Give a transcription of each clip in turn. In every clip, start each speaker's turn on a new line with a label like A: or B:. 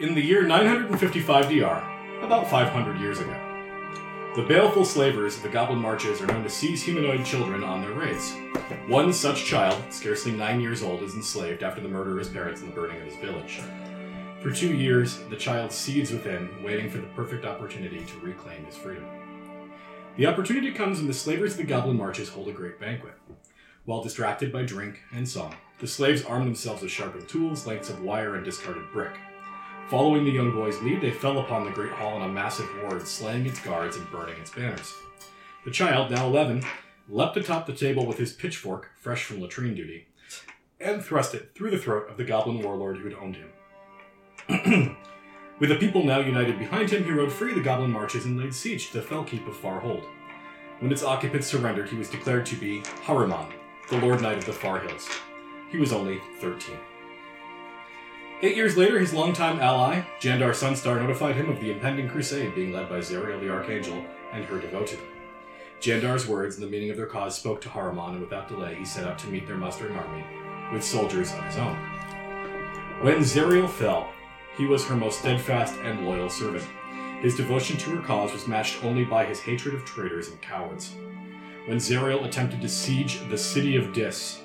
A: In the year 955 DR, about 500 years ago, the baleful slavers of the Goblin Marches are known to seize humanoid children on their raids. One such child, scarcely nine years old, is enslaved after the murder of his parents and the burning of his village. For two years, the child seeds within, waiting for the perfect opportunity to reclaim his freedom. The opportunity comes when the slavers of the Goblin Marches hold a great banquet. While distracted by drink and song, the slaves arm themselves with sharpened tools, lengths of wire, and discarded brick. Following the young boy's lead, they fell upon the Great Hall in a massive horde, slaying its guards and burning its banners. The child, now 11, leapt atop the table with his pitchfork, fresh from latrine duty, and thrust it through the throat of the goblin warlord who had owned him. with the people now united behind him, he rode free the goblin marches and laid siege to the fell keep of Farhold. When its occupants surrendered, he was declared to be Haruman, the Lord Knight of the Far Hills. He was only 13. Eight years later, his longtime ally, Jandar Sunstar, notified him of the impending crusade being led by Zariel the Archangel and her devoted. Jandar's words and the meaning of their cause spoke to Haruman, and without delay he set out to meet their mustering army with soldiers of his own. When Zariel fell, he was her most steadfast and loyal servant. His devotion to her cause was matched only by his hatred of traitors and cowards. When Zariel attempted to siege the city of Dis,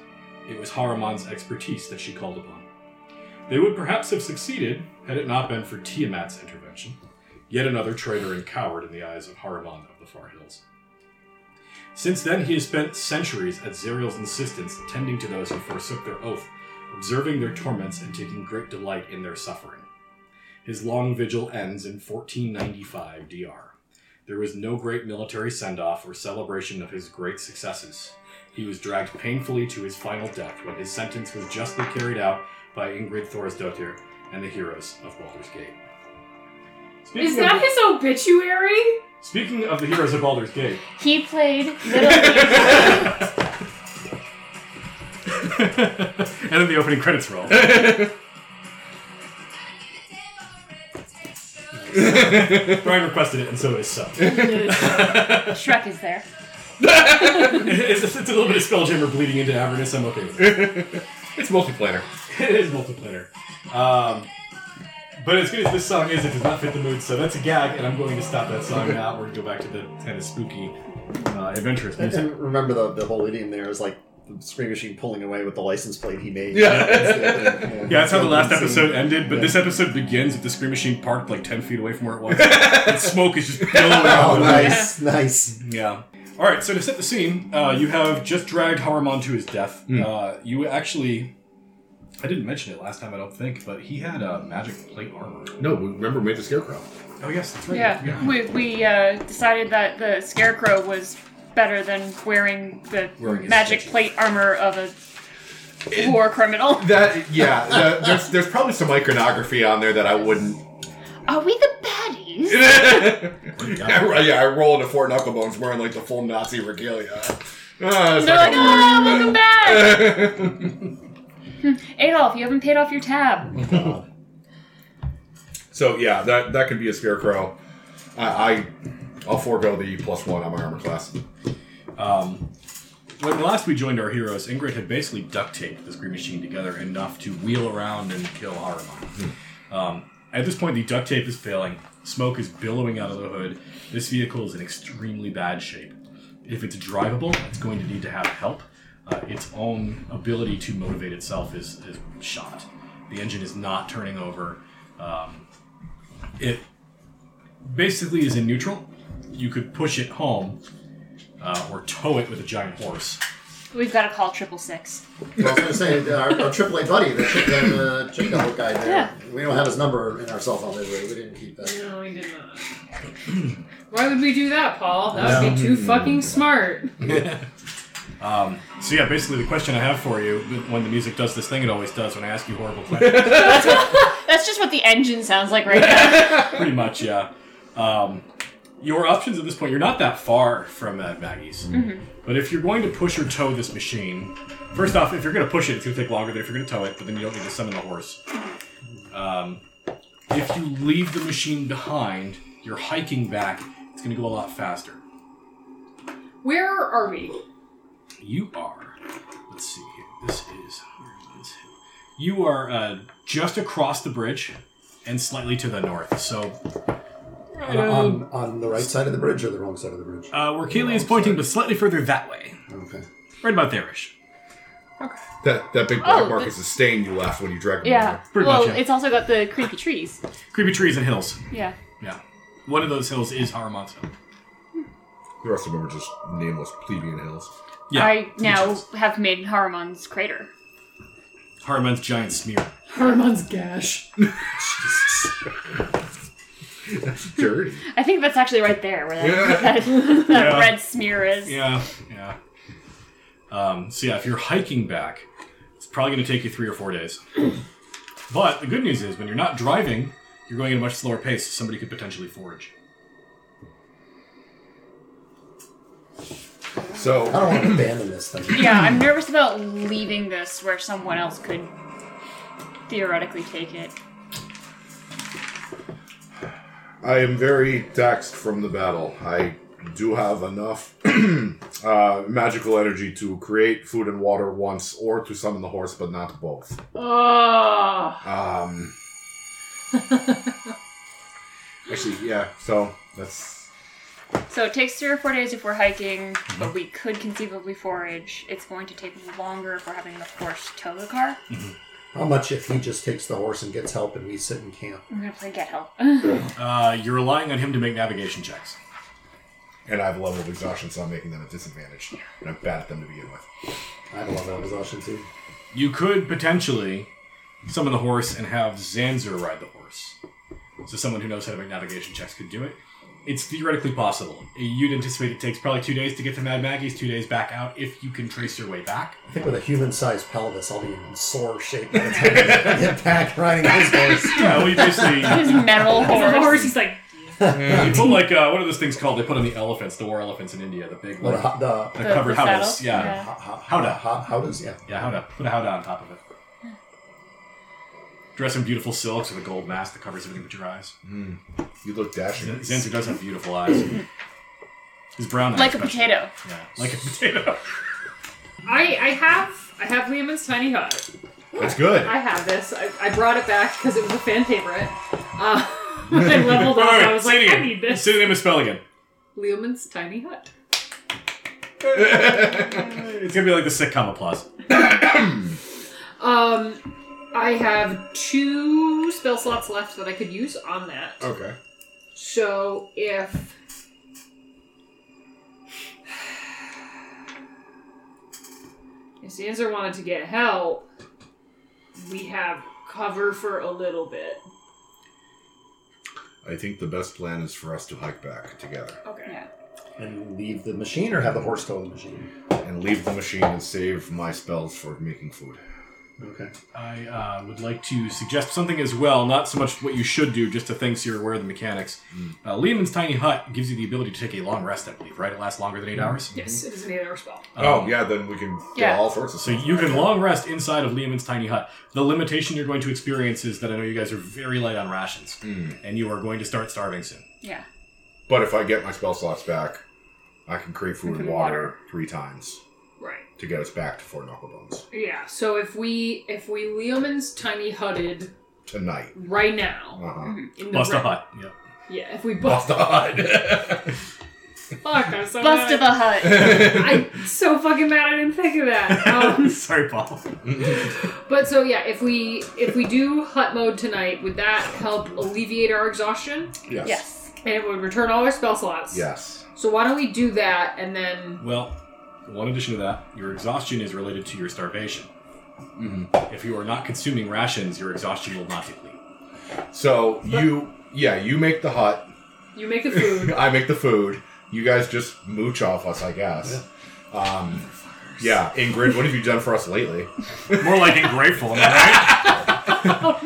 A: it was Haruman's expertise that she called upon. They would perhaps have succeeded had it not been for Tiamat's intervention, yet another traitor and coward in the eyes of Haruman of the Far Hills. Since then, he has spent centuries at Zeriel's insistence tending to those who forsook their oath, observing their torments and taking great delight in their suffering. His long vigil ends in 1495 DR. There was no great military send off or celebration of his great successes. He was dragged painfully to his final death when his sentence was justly carried out by Ingrid Thorisdottir and the heroes of Baldur's Gate. Speaking
B: Is
A: of,
B: that his obituary?
A: Speaking of the heroes of Baldur's Gate,
C: He played Little Angel.
A: and then the opening credits roll. Brian requested it, and so is Sub.
C: Shrek is there.
A: it's, it's a little bit of Spelljammer bleeding into Avernus. I'm okay with it.
D: It's multiplanar.
A: It is multiplayer. Um, but as good as this song is, it does not fit the mood, so that's a gag, and I'm going to stop that song now. We're going to go back to the kind of spooky, uh, adventurous
E: And,
A: music.
E: and remember the the whole idiom there is like the screen machine pulling away with the license plate he made.
D: Yeah.
A: Yeah, that's how the last
E: Scene.
A: episode ended, but
E: Yeah.
A: this episode begins with the screen machine parked like 10 feet away from where it was. and smoke is just billowing out.
E: Oh,
A: of the
E: nice, nice.
A: Yeah. All right. So to set the scene, uh, you have just dragged Haruman to his death. Uh, you actually, I didn't mention it last time, I don't think, but he had a magic plate armor.
D: No, we- remember we made the scarecrow.
A: Oh yes, that's right.
B: Yeah, we, we uh, decided that the scarecrow was better than wearing the
A: Wearing his
B: magic
A: stitches.
B: plate armor of a war criminal.
D: That yeah, that, there's there's probably some iconography on there that I wouldn't.
C: Are we the baddies?
D: yeah, I- yeah, I roll into four knucklebones wearing like the full Nazi regalia. Ah, it's
B: They're
D: not
B: like,
D: gonna
B: ah, welcome back!
D: work."
B: Adolf, you haven't paid off your
A: Mm.
B: tab.
D: so yeah, that that could be a scarecrow. I, I I'll forego the E plus one on my armor class.
A: Um, when last we joined our heroes, Ingrid had basically duct taped the screen machine together enough to wheel around and kill Haruman. Um, at this point, the duct tape is failing. Smoke is billowing out of the hood. This vehicle is in extremely bad shape. If it's drivable, it's going to need to have help. Uh, its own ability to motivate itself is, is shot. The engine is not turning over. Um, it basically is in neutral. You could push it home, uh, or tow it with a giant horse.
C: We've got to call triple six.
E: Well, I was gonna say our, our AAA buddy, the chick, the chick double guy there. We don't have his number in our cell phone library. We didn't keep that.
F: No, we did not. Why would we do that, Paul? That would be too fucking smart.
A: Um, so yeah, basically the question I have for you, when the music does this thing it always does when I ask you horrible questions,
C: That's just what the engine sounds like right now.
A: pretty much, yeah. Um, your options at this point, you're not that far from Mad Maggie's. But if you're going to push or tow this machine, first off, if you're going to push it, it's going to take longer than if you're going to tow it, but then you don't need to summon the horse. Um, if you leave the machine behind, you're hiking back, it's going to go a lot faster.
F: Where are we?
A: You are. Let's see here. This is. Where is it? You are uh, just across the bridge and slightly to the north. So um,
E: On, on, on the right side of the bridge or the wrong side of the bridge?
A: uh, where Keely is pointing, but slightly further that way,
E: Okay.
A: right about there-ish.
G: That that big black
B: Oh,
G: mark
B: the-
G: is the stain you left when you dragged him
B: Yeah.
A: Pretty
B: well,
A: much, yeah.
B: it's also got the creepy trees.
A: Creepy trees and hills.
B: Yeah.
A: Yeah, one of those hills is Haramon's hill.
G: The rest of them are just nameless plebeian hills.
A: Yeah,
B: I now have made Harmon's crater.
A: Haramon's giant smear.
F: Herman's gash.
G: Dirty.
B: I think that's actually right there where that,
G: Yeah.
B: that, that
A: Yeah.
B: red smear is.
A: Yeah, yeah. Um, so yeah, if you're hiking back, it's probably going to take you three or four days. but the good news is, when you're not driving, you're going at a much slower pace. So somebody could potentially forage.
G: so
E: I don't want to abandon this thing.
B: Yeah, I'm nervous about leaving this where someone else could theoretically take it.
G: I am very taxed from the battle. I do have enough uh, magical energy to create food and water once, or to summon the horse, but not both.
F: Oh.
G: Um, actually, yeah. So that's
B: So it takes three or four days if we're hiking,
A: Mm-hmm.
B: but we could conceivably forage. It's going to take longer if we're having the horse tow the car.
E: How much if he just takes the horse and gets help and we sit in camp?
B: I'm gonna play get help.
A: Uh, you're relying on him to make navigation checks.
G: and I have a level of exhaustion, so I'm making them a disadvantage, and I'm bad at them to begin with.
E: I have a level of exhaustion too.
A: You could potentially summon the horse and have Zanzer ride the horse. So someone who knows how to make navigation checks could do it. It's theoretically possible. You'd anticipate it takes probably two days to get to Mad Maggie's, two days back out if you can trace your way back.
E: I think with a human-sized pelvis, I'll be in sore shape by the time I get back riding his horse.
A: Yeah, well, you basically
B: His metal
F: Horse.
B: horse.
F: he's like,
A: you put like uh, what are those things called? They put on the elephants, the war elephants in India, the big
E: What
A: like,
E: a hot uh, the
A: the,
B: The-
A: covered
B: the
A: howdahs.
B: saddles?
A: Yeah.
B: Yeah.
E: how, how,
A: Howdah.
E: how, how does yeah?
A: yeah, howdah. Put a howdah on top of it. Dress in beautiful silks with a gold mask that covers everything but your eyes.
G: You look dashing.
A: Zanzer does have beautiful eyes. His brown eyes,
B: Like a
A: especially.
B: potato.
A: Yeah, like a potato.
F: I, I have, I have Liam's tiny hut.
G: That's good.
F: I have this. I, I brought it back because it was a fan favorite. Uh, I leveled up. I was like, I need this.
A: Say the name and spell again.
F: Liam's tiny hut.
A: It's gonna be like the sitcom applause.
F: Um, I have two spell slots left that I could use on that.
G: Okay.
F: So if if Sansa wanted to get help, we have cover for a little bit.
G: I think the best plan is for us to hike back together
F: Okay.
B: Yeah.
E: And leave the machine or have the horse tow the machine?
G: and leave the machine and save my spells for making food.
E: Okay.
A: I uh, would like to suggest something as well, not so much what you should do, just to things you're aware of the mechanics. Uh, Lehman's tiny hut gives you the ability to take a long rest, I believe, right? It lasts longer than eight hours.
F: Yes, it is an eight-hour spell.
G: Hmm. Oh yeah, then we can get
B: Yeah.
G: all sorts of
A: Um, So
G: stuff.
A: you can long rest inside of Lehman's tiny hut. The limitation you're going to experience is that I know you guys are very light on rations,
G: Mm.
A: and you are going to start starving soon.
B: Yeah.
G: But if I get my spell slots back, I can create food and water three times
F: Right.
G: to get us back to Fort Knucklebones
F: Yeah. So if we if we Leoman's tiny hutted
G: tonight.
F: right now
G: Uh-huh.
F: in the
A: Bust a
F: ra-
A: hut. Yep.
F: Yeah. If we
G: Off
F: bust
G: the hut.
F: fuck, I'm so
B: Bust of
F: mad.
B: the hut.
F: I'm so fucking mad. I didn't think of that.
G: Oh.
F: Um,
A: Sorry, Paul.
F: But so yeah, if we if we do hut mode tonight, would that help alleviate our exhaustion?
G: yes. yes.
B: Yes.
F: And it would return all our spell slots. So why don't we do that and then
A: Well, one addition to that, your exhaustion is related to your starvation. If you are not consuming rations, your exhaustion will not deplete.
G: So you, yeah, you make the hut.
F: you make the food?
G: I make the food. You guys just mooch off us, I guess. Um, yeah, Ingrid, what have you done for us lately?
A: More like ungrateful, am I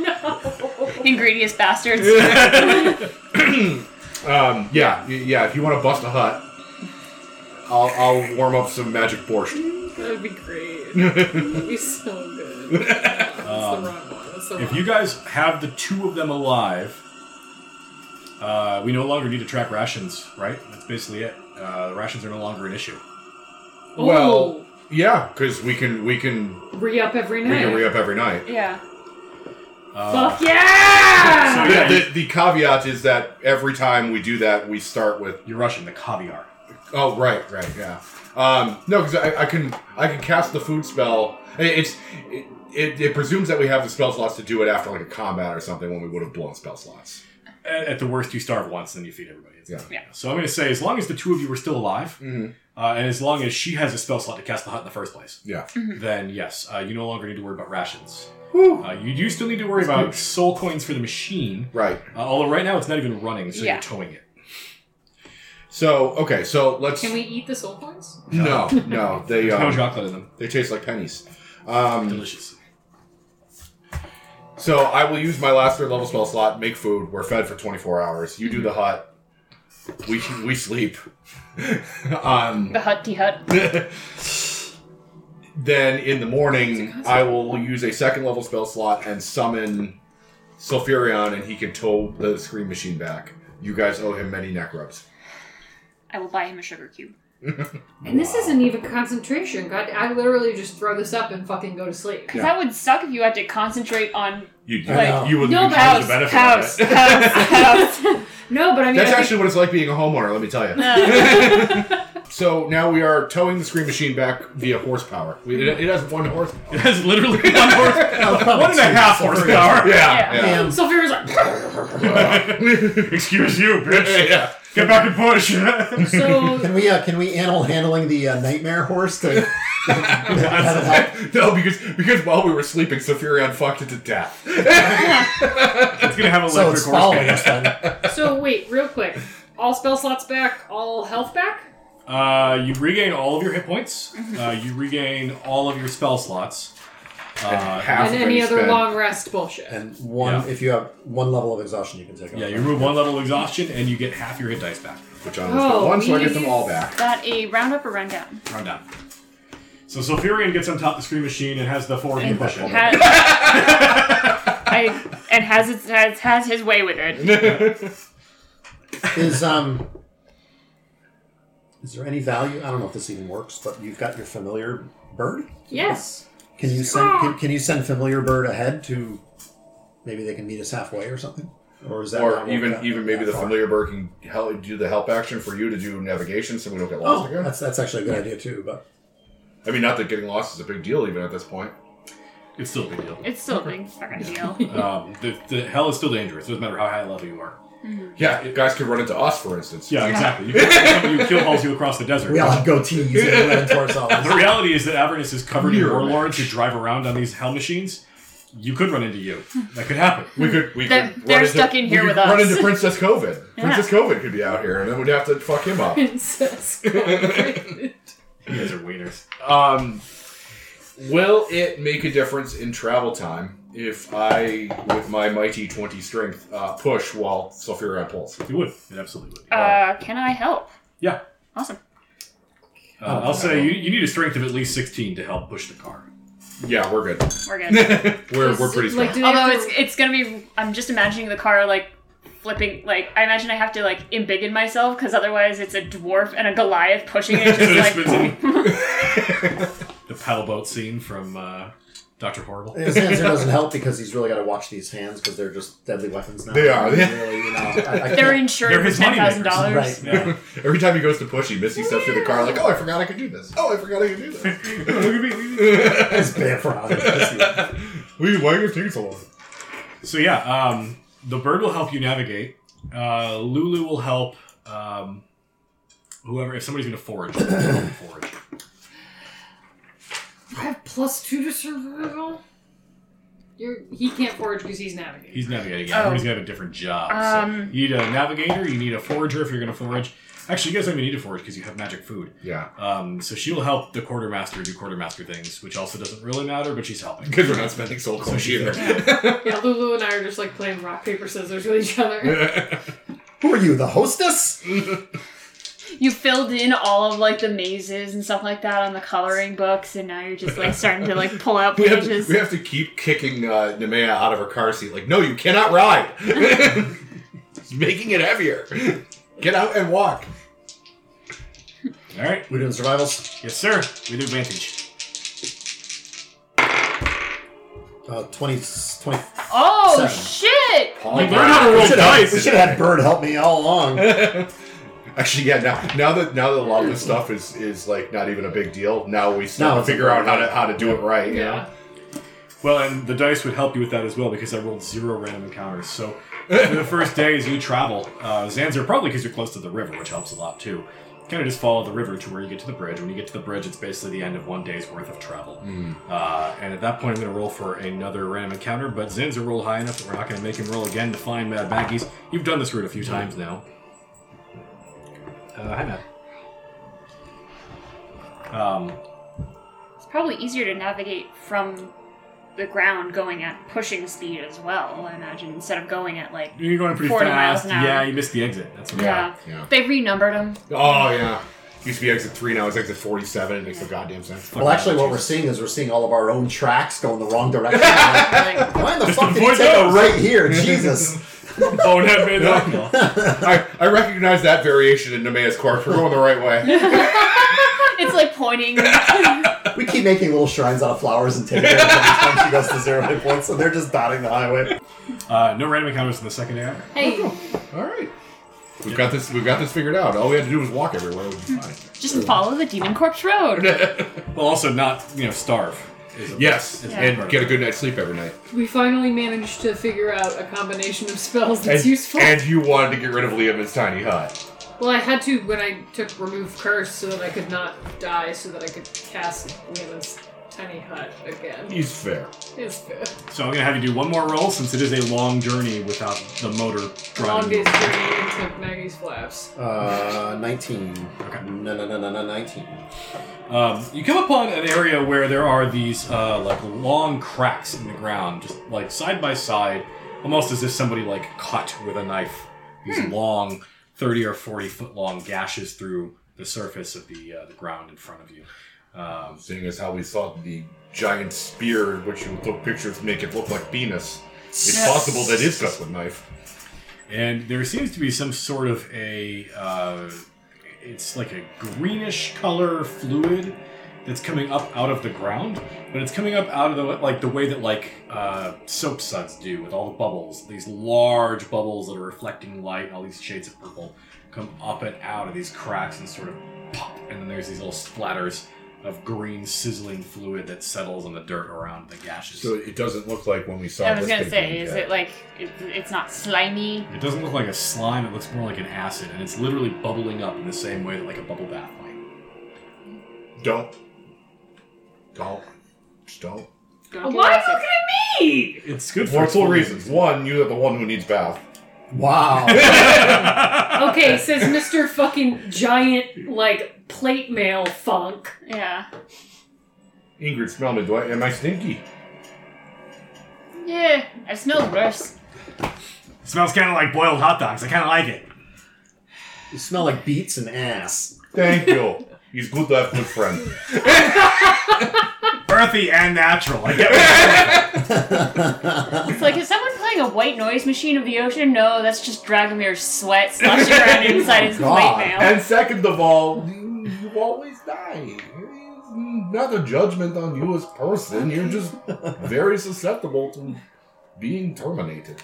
B: Ingredients bastards.
G: Um, yeah, y- yeah. If you want to bust a hut, I'll, I'll warm up some magic borscht.
F: that would be great. That would be so good. That's the wrong one. That's the
A: right? If
F: wrong
A: you guys have the two of them alive, uh, we no longer need to track rations, right? That's basically it. Uh, the rations are no longer an issue.
F: Oh.
G: Well, yeah, because we can we can
F: one. Oh, re up every
G: we
F: night.
G: can re up every night.
B: yeah.
A: Uh,
F: Fuck yeah!
A: So yeah,
G: the, the caveat is that every time we do that, we start with
A: You're Russian, the caviar.
G: Oh right, right, yeah. Um, no, because I, I can I can cast the food spell. It, it's it, it, it presumes that we have the spell slots to do it after like a combat or something when we would have blown spell slots.
A: At, at the worst, you starve once, then you feed everybody. It's-
G: Yeah.
B: Yeah.
A: So I'm going to say, as long as the two of you are still alive,
G: Mhm.
A: uh, and as long as she has a spell slot to cast the hut in the first place,
G: Yeah.
A: then yes, uh, you no longer need to worry about rations.
G: Whew.
A: Uh, you do still need to worry about soul coins for the machine,
G: Right.
A: uh, although right now it's not even running, so
B: Yeah.
A: you're towing it.
G: So okay, so let's
F: Can we eat the soul coins?
G: no no they
A: There's no
G: um,
A: chocolate in them.
G: they taste like pennies. Um,
A: Delicious.
G: so I will use my last third level spell slot. Make food. We're fed for twenty four hours. You do the hut. We we sleep. um,
B: The hut tea hut.
G: then in the morning, I will use a second level spell slot and summon Sulfurion, and he can tow the screen machine back. You guys owe him many neck rubs.
B: I will buy him a sugar cube.
F: And this isn't even concentration. God, I literally just throw this up and fucking go to sleep.
B: Because that would suck if you had to concentrate on
G: You, you,
B: Like,
G: you would
F: no
G: lose
F: house,
G: the benefit
B: house,
G: of it.
B: house, house.
F: No, but I mean,
G: That's
F: I think-
G: actually what it's like being a homeowner, let me tell you. so now we are towing the screen machine back via horsepower. We, it, it has one horsepower.
A: It has literally one, horse, one and a half horsepower.
G: Yeah,
B: Yeah.
E: uh,
G: yeah.
F: Sylvira's like,
A: Excuse you, bitch.
G: yeah.
A: Get back and push.
F: so
E: Can we uh, can we animal handling the uh, nightmare horse to?
G: no, because because while we were sleeping, Safirion fucked it to death.
A: It's gonna have
E: so
A: electric
E: it's following
A: horsepower.
E: us then.
F: so wait, real quick. All spell slots back, all health back.
A: Uh, you regain all of your hit points. Uh, you regain all of your spell slots. Uh,
G: Half
F: and
G: of
F: any
G: it is
F: other
G: spent.
F: long rest bullshit.
E: And one,
A: Yeah.
E: if you have one level of exhaustion, you can take. off.
A: yeah, you remove one level of exhaustion, and you get half your hit dice back.
G: Which I only spent
F: Oh,
G: one, so I
F: we
G: get them
F: use-
G: all back.
B: Got a roundup or rundown?
A: Round down. So Sulfurian gets on top of the screen machine and has the four of you push it.
B: Has, I, and has, its, has has his way with it.
E: Is um. Is there any value? I don't know if this even works, but you've got your familiar bird.
F: yes.
E: Can you
A: Ah.
E: send can, can you send familiar bird ahead to? Maybe they can meet us halfway or something. Or is that not
G: Or
E: worked
G: even
E: out
G: even maybe
E: that
G: the
E: far?
G: familiar bird can help do the help action for you to do navigation, so we don't get lost
E: Oh,
G: again.
E: that's that's actually a good idea too. But
G: I mean, not that getting lost is a big deal even at this point.
A: It's still a big deal.
B: It's still a big fucking deal.
A: Um, the, the hell is still dangerous. Doesn't matter how high level you are.
G: Yeah, guys could run into us, for instance.
A: Yeah, exactly. You kill, you kill hauls you across the desert.
E: we all have goatees and we're heading towards all
A: The reality is that Avernus is covered in
G: Mirror
A: warlords who drive around on these hell machines. You could run into you. That could happen.
G: We could we
B: They're-
G: could
B: they're
G: run into-
B: stuck in
G: we
B: here
G: could
B: with
G: run
B: us.
G: into Princess COVID. Princess COVID could be out here, and then we'd have to fuck him up.
F: Princess. Corporate.
A: You guys are wieners.
G: Um, will it make a difference in travel time if I, with my mighty twenty strength, uh, push while Sulfurion pulls?
A: It would. It absolutely would.
B: Uh, can I help?
A: Yeah.
B: Awesome.
A: Uh, I'll say you, you need a strength of at least 16 to help push the car.
G: Yeah, we're good.
B: We're good.
G: We're we're pretty strong.
F: Like, do they
B: Although
F: have
B: it's
F: to-
B: it's gonna be, I'm just imagining the car like flipping. Like I imagine I have to like embiggen myself because otherwise it's a dwarf and a Goliath pushing it.
A: So it
B: Just
A: spins
B: like
A: in- the paddle boat scene from uh, Doctor Horrible.
E: His hands it doesn't help because he's really got to watch these hands because they're just deadly weapons now.
G: They are.
E: Really, you know, I, I
B: they're
E: can't-
B: insured
A: They're
B: for
A: his money
B: ten thousand
A: makers.
B: dollars.
E: right.
A: Yeah.
G: Every time he goes to push, he misses steps through the car like, oh, I forgot I could do this. Oh, I forgot I could do this.
A: Look at me.
E: It's bad for us.
G: we why are you taking so long?
A: So yeah, um, the bird will help you navigate. Uh, Lulu will help um, whoever. If somebody's going to forage, they'll help forage.
F: I have plus two to survival. You're, he can't forage because he's navigating.
A: He's navigating.
B: Oh.
A: Yeah, everybody's going to have a different job. so
B: Um.
A: you need a navigator. You need a forager if you're going to forage. Actually, you guys don't even need a forage because you have magic food.
G: Yeah,
A: Um, so she will help the quartermaster do quartermaster things, which also doesn't really matter, but she's helping.
G: because we're not spending soul coins either.
F: yeah, Lulu and I are just like playing rock paper scissors with each other.
E: Who are you, the hostess?
B: You filled in all of like the mazes and stuff like that on the coloring books, and now you're just like starting to like pull out
G: We have, to,
B: pages.
G: we have to keep kicking uh, Nemea out of her car seat. Like, no, you cannot ride. it's making it heavier. Get out and walk.
A: All right.
E: We're doing survivals.
A: Yes, sir. With advantage.
E: Uh, 20, 20
H: Oh
E: Seven.
H: shit!
A: You learn how to roll dice.
E: We should have had Bird help me all along.
G: Actually, yeah. Now, now that now that a lot of this stuff is is like not even a big deal. Now we still
E: Now
G: have
E: it's
G: to figure out how to
E: important.
G: how to do it right. You know?
F: Yeah.
A: Well, and the dice would help you with that as well because I rolled zero random encounters. So, for the first day as you travel, uh, Zanzer, probably because you're close to the river, which helps a lot too, kind of just follow the river to where you get to the bridge. When you get to the bridge, it's basically the end of one day's worth of travel.
G: Hmm.
A: Uh, and at that point, I'm going to roll for another random encounter, but Zanzer rolled high enough that we're not going to make him roll again to find Mad Baggies. You've done this route a few times now. Uh, hi, Mad. Um,
B: It's probably easier to navigate from the ground going at pushing speed as well, I imagine, instead of going at like.
A: you're going pretty
B: 40
A: fast.
B: miles an hour.
A: Yeah, you missed the exit. That's what
B: Yeah.
G: Yeah.
B: They renumbered them.
G: Oh yeah. Used to be exit three. Now it's exit forty-seven. It makes no goddamn sense.
E: Well, actually, what we're seeing is we're seeing all of our own tracks going the wrong direction. I'm like, Why in the fuck did you
A: avoid
E: take it
A: those.
E: right here? Jesus.
A: Oh, that made that
G: I, I recognize that variation in Nemea's corpse. We're going the right way.
B: It's like pointing.
E: We keep making little shrines out of flowers and taking it every time she goes to zero hit points, so they're just dotting the highway.
A: Uh, no random encounters in the second hour.
H: Hey,
G: All right. We've got this. We've got this figured out. All we had to do was walk everywhere. We'd be fine.
B: Just follow the Demon Corpse Road.
A: Well, also not you know starve. Is a-
G: Yes,
A: is a part
G: and
A: of
G: get a
A: it.
G: good night's sleep every night.
F: We finally managed to figure out a combination of spells that's
G: And,
F: useful.
G: and you wanted to get rid of Liam's tiny hut.
F: well, I had to when I took remove curse so that I could not die, so that I could cast Lena's tiny hut again.
G: He's fair.
F: It's good.
A: So I'm gonna have you do one more roll since it is a long journey without the motor driving.
F: Longest journey into Maggie's flaps.
E: Uh, 19.
A: Okay.
E: No, no, no, no, no, 19.
A: Um, you come upon an area where there are these uh, like long cracks in the ground, just like side by side, almost as if somebody like cut with a knife these long, thirty or forty foot long gashes through the surface of the uh, the ground in front of you. Um,
G: Seeing as how we saw the giant spear, which you took pictures to make it look like Venus, it's possible that is cut with knife.
A: and there seems to be some sort of a uh, it's like a greenish color fluid that's coming up out of the ground but it's coming up out of the like the way that like uh, soap suds do with all the bubbles these large bubbles that are reflecting light and all these shades of purple come up and out of these cracks and sort of pop and then there's these little splatters of green sizzling fluid that settles on the dirt around the gashes
G: So it doesn't look like when we saw.
B: I was
G: this
B: gonna
G: big
B: say,
G: thing
B: is
G: yet.
B: it like. It, it's not slimy?
A: It doesn't look like a slime, it looks more like an acid, and it's literally bubbling up in the same way that like a bubble bath might.
G: Don't. Don't. Just don't.
B: Don't do
F: Why
B: acid.
F: look at me?
A: It's good
G: For two reasons. One, you're the one who needs bath.
E: Wow.
F: Okay, says Mr. fucking giant, like, plate mail funk.
B: Yeah.
G: Ingrid smelled it. Do I, am I stinky?
B: Yeah. I smell worse.
A: smells kinda like boiled hot dogs. I kinda like it.
E: You smell like beets and ass.
G: Thank you. He's good to have good friend.
A: Earthy and natural. I get what
B: It's like, is someone playing a white noise machine of the ocean? No, that's just Dragomir's sweat sloshing around inside his
E: God.
B: plate mail.
G: And second of all, you you always die. It's Not a judgment on you as person. You're just very susceptible to being terminated.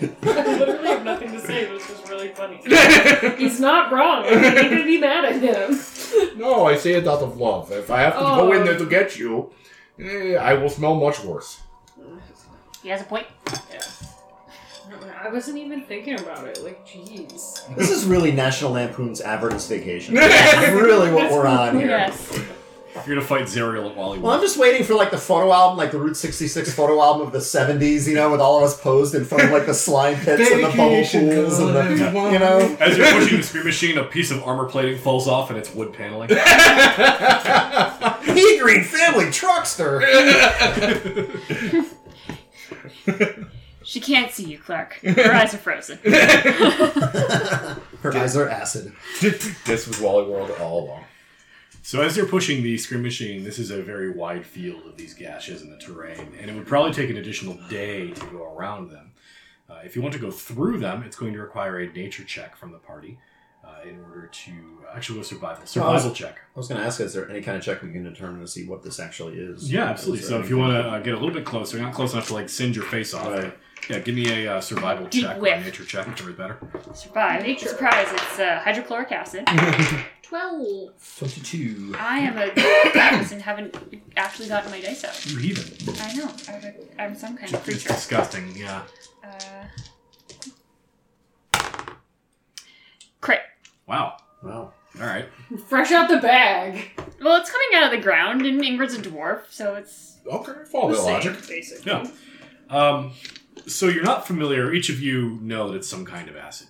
F: I literally have nothing to say, which is really funny. He's not wrong. I need to be mad at him.
G: No, I say it out of love. If I have to go in there to get you, eh, I will smell much worse.
B: He has a point.
F: I wasn't even thinking about it. Like, jeez.
E: This is really National Lampoon's Avernus Vacation. That's really what we're on here.
B: Yes.
A: you're gonna fight Zerial at Wally
E: Well, I'm just waiting for like the photo album, like the Route 66 photo album of the 70s, you know, with all of us posed in front of like the slime pits and the bubble
G: Vacation,
E: pools and the,
G: everyone.
E: you know.
A: As you're pushing the screen machine, a piece of armor plating falls off and it's wood paneling.
E: Pea Green Family Truckster!
B: She can't see you, Clark. Her eyes are frozen.
E: Her eyes are acid.
G: this was Wally World all along.
A: So as you're pushing the screen machine, this is a very wide field of these gashes in the terrain, and it would probably take an additional day to go around them. Uh, if you want to go through them, it's going to require a nature check from the party.
E: uh, in order to
A: Actually, with survival. Survival
E: Oh.
A: check.
E: I was going to ask, is there any kind of check we can determine to see what this actually is?
A: Yeah, absolutely.
E: Is there
A: So if you want
E: anything-
A: to uh, get a little bit closer, you're not close enough to like singe your face off.
E: Right.
A: but Yeah, give me a uh, survival
B: Deep
A: check or a
B: whiff.
A: nature check, whichever is better.
B: Survive.
F: Nature.
B: Surprise, it's uh, hydrochloric acid.
F: 12.
E: 22.
B: I am a genius and haven't actually gotten my dice out.
A: You're even.
B: I know. I'm, a, I'm some kind of
A: It's
B: creature.
A: disgusting. Yeah.
B: Uh, crit.
A: Wow.
E: Wow.
A: All right.
F: Fresh out the bag.
B: Well, it's coming out of the ground, and Ingrid's a dwarf, so it's
G: Okay, follow
F: The
G: the
F: same,
G: logic.
F: Basically.
A: No. Um, so you're not familiar. Each of you know that it's some kind of acid.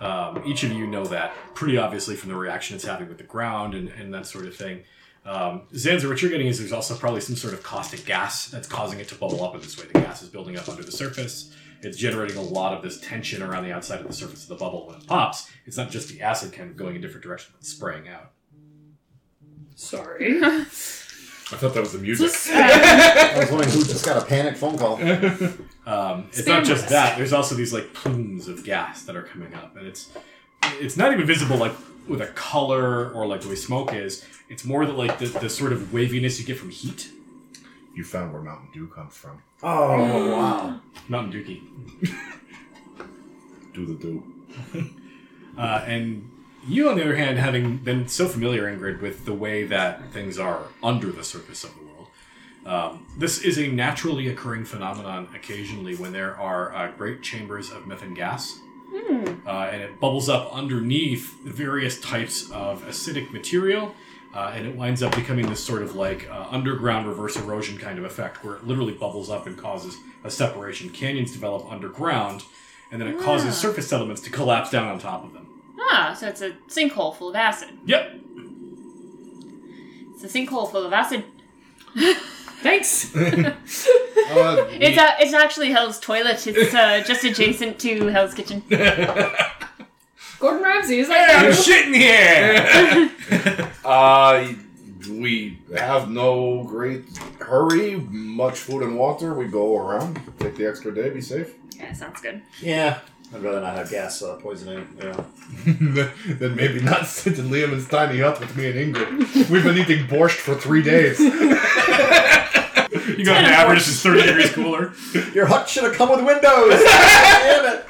A: Um, each of you know that pretty obviously from the reaction it's having with the ground and, and that sort of thing. Um, Zanzer, what you're getting is there's also probably some sort of caustic gas that's causing it to bubble up in this way. The gas is building up under the surface. It's generating a lot of this tension around the outside of the surface of the bubble when it pops. It's not just the acid kind of going in different directions, but spraying out.
F: Sorry.
G: I thought that was the music.
I: I was wondering who just got a panic phone call.
A: Eh. Um, it's not just that. There's also these like plumes of gas that are coming up, and it's it's not even visible like with a color or like the way smoke is. It's more that like the, the sort of waviness you get from heat.
G: You found where Mountain Dew comes from.
E: Oh,
I: Wow.
A: Mountain Dookie,
G: Do the do.
A: uh, and you on the other hand, having been so familiar, Ingrid, with the way that things are under the surface of the world, um, this is a naturally occurring phenomenon. Occasionally, when there are uh, great chambers of methane gas. uh, and it bubbles up underneath various types of acidic material. Uh, and it winds up becoming this sort of like uh, underground reverse erosion kind of effect where it literally bubbles up and causes a separation. Canyons develop underground, and then it causes surface sediments to collapse down on top of them.
B: ah, so it's a sinkhole full of acid.
A: Yep.
B: It's a sinkhole full of acid.
F: Thanks.
G: Uh,
B: It's a, it's actually Hell's Toilet. It's uh, just adjacent to Hell's Kitchen.
F: Gordon Ramsay is like that.
G: shit in here! uh, we have no great hurry, much food and water. We go around, take the extra day, be safe.
B: Yeah, sounds good.
E: yeah. I'd rather not have gas uh, poisoning. Yeah.
G: then maybe not sit in Liam's tiny hut with me and Ingrid. We've been eating borscht for three days.
A: You got an average is 30 degrees cooler.
E: Your hut should have come with windows! Damn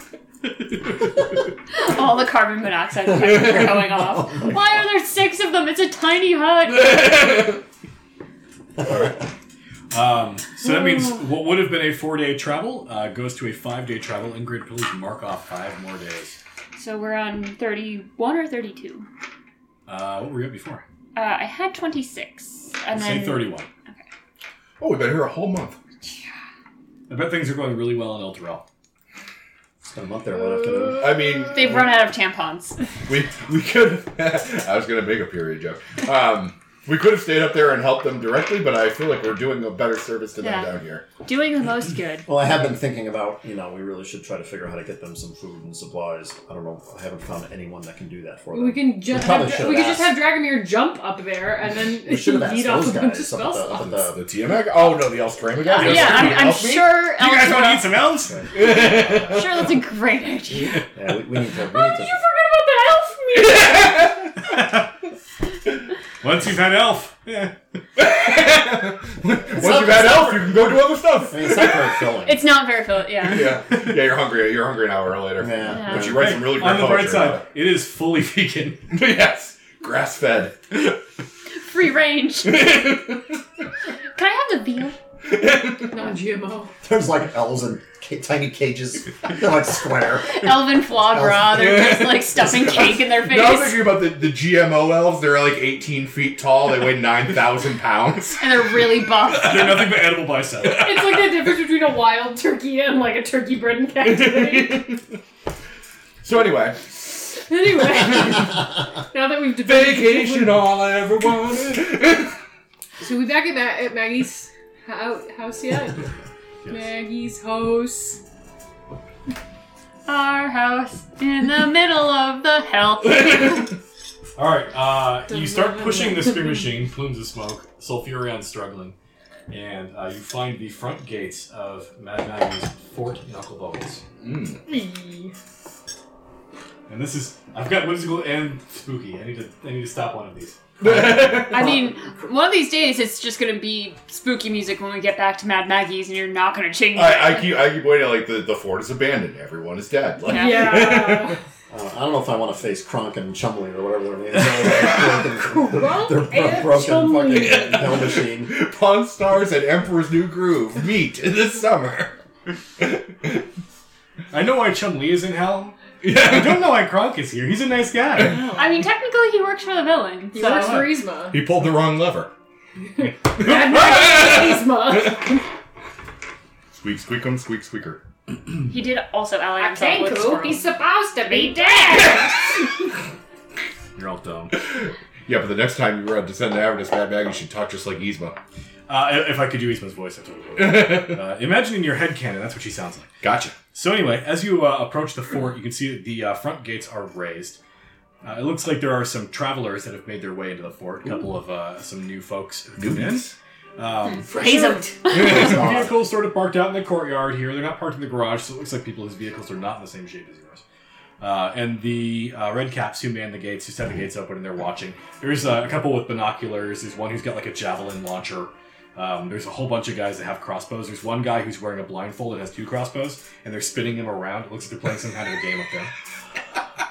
E: it!
B: All the carbon monoxide detectors are going off. Why are there six of them? It's a tiny hut.
A: Um, so that means what would have been a four day travel uh, goes to a five day travel. Ingrid, please mark off five more days.
B: So we're on 31 or 32.
A: Uh, what were you at before?
B: Uh, I had 26. And
A: Say
B: then
A: 31.
G: oh, we've been here a whole month.
A: I bet things are going really well in El Dorado.
E: Spent a month there one afternoon.
G: I mean,
B: They've run out of tampons.
G: we we could. I was gonna make a period joke. Um, we could have stayed up there and helped them directly, but I feel like we're doing a better service to
B: Yeah.
G: them down here.
B: Doing the most good.
E: Well, I have been thinking about, you know, we really should try to figure out how to get them some food and supplies. I don't know. I haven't found anyone that can do that for them.
F: We can just
E: We
F: have,
E: probably
F: we
E: should've
F: could just have
E: asked.
F: Dragomir jump up there and then
E: We should have asked
F: beat off
E: those
F: a bunch of
E: guys up at
F: spells.
E: the, up at
G: The,
E: the
G: the TMX? Oh no, the Elstrang.
B: Uh, yeah, I'm, I'm
G: Help me?
B: sure. El Dorado-
A: some elves?
B: Sure, that's a great idea.
E: Yeah, we, we need to. We
F: Oh,
E: need to
A: Once you've had elf.
G: Once you've had elf, you can go do other stuff.
E: I mean, it's not very filling.
B: It's not very full. Yeah.
G: Yeah, yeah, you're hungry. You're hungry an hour later.
E: yeah.
G: But you write some really great
A: On the bright
G: poetry about
A: side, it is fully vegan.
G: it. yes, grass fed.
B: Free range. Can I have the veal?
F: Non GMO.
I: There's like elves in ca- tiny cages. They're like square.
B: Elven foie gras. They're just like stuffing cake in their face.
G: Now I'm thinking about the, the GMO elves. They're like 18 feet tall. They weigh 9,000 pounds.
B: and they're really buff.
A: They're nothing but edible biceps.
F: It's like the difference between a wild turkey and like a turkey bred in captivity.
G: So anyway,
F: anyway, now that we've debated,
G: vacation all I ever wanted.
F: so we back at, Ma- at Maggie's hou- house yet? Maggie's house.
B: Our house in the middle of the hell.
A: All right, uh, you start pushing the spear machine, plumes of smoke, Sulfurion struggling, and uh, you find the front gates of Mad Maggie's fort in Uncle Bones.
F: Eee.
A: And And this is I've got whimsical and spooky. I need to I need to stop one of these.
G: Mm.
B: I mean, one of these days it's just gonna be spooky music when we get back to Mad Maggie's, and you're not gonna change
G: I, I
B: it.
G: keep I keep waiting like the, the fort is abandoned. Everyone is dead. Like,
B: Yeah.
F: Yeah.
E: Uh, I don't know if I want to face Kronk and Chumley or whatever their names are. They're- they're bro-
F: and
E: broken
F: Chumley.
E: fucking hell machine.
G: Pawn Stars and Emperor's New Groove meet this summer.
A: I know why Chum Lee is in hell. I don't know why Kronk is here. He's a nice guy.
B: I mean, technically he works for the villain.
F: He
B: so-
F: works for Yzma.
G: He pulled the wrong lever.
F: Mad Maggie's Yzma.
G: Squeak, squeakum, squeak, 'er. squeaker.
B: He did also ally himself with
F: Tenku,
B: Squirrel.
F: he's supposed to be dead.
A: You're all dumb.
G: Yeah, but the next time you run Descend to Avernus, Mad Maggie should talk just like Yzma.
A: Uh, i- if I could do Eastman's voice, I totally would. uh, imagine in your head canon, that's what she sounds like.
G: Gotcha.
A: So anyway, as you uh, approach the fort, you can see that the uh, front gates are raised. Uh, it looks like there are some travelers that have made their way into the fort. A couple of uh, some new folks who've come in. Um,
B: He's a-
A: there's some vehicles sort of parked out in the courtyard here. They're not parked in the garage, so it looks like people whose vehicles are not in the same shape as yours. Uh, and the uh, red caps who man the gates, who set the gates open, and they're watching. There's uh, a couple with binoculars. There's one who's got like a javelin launcher. Um, there's a whole bunch of guys that have crossbows. There's one guy who's wearing a blindfold and has two crossbows, and they're spinning them around. It looks like they're playing some kind of a game up there.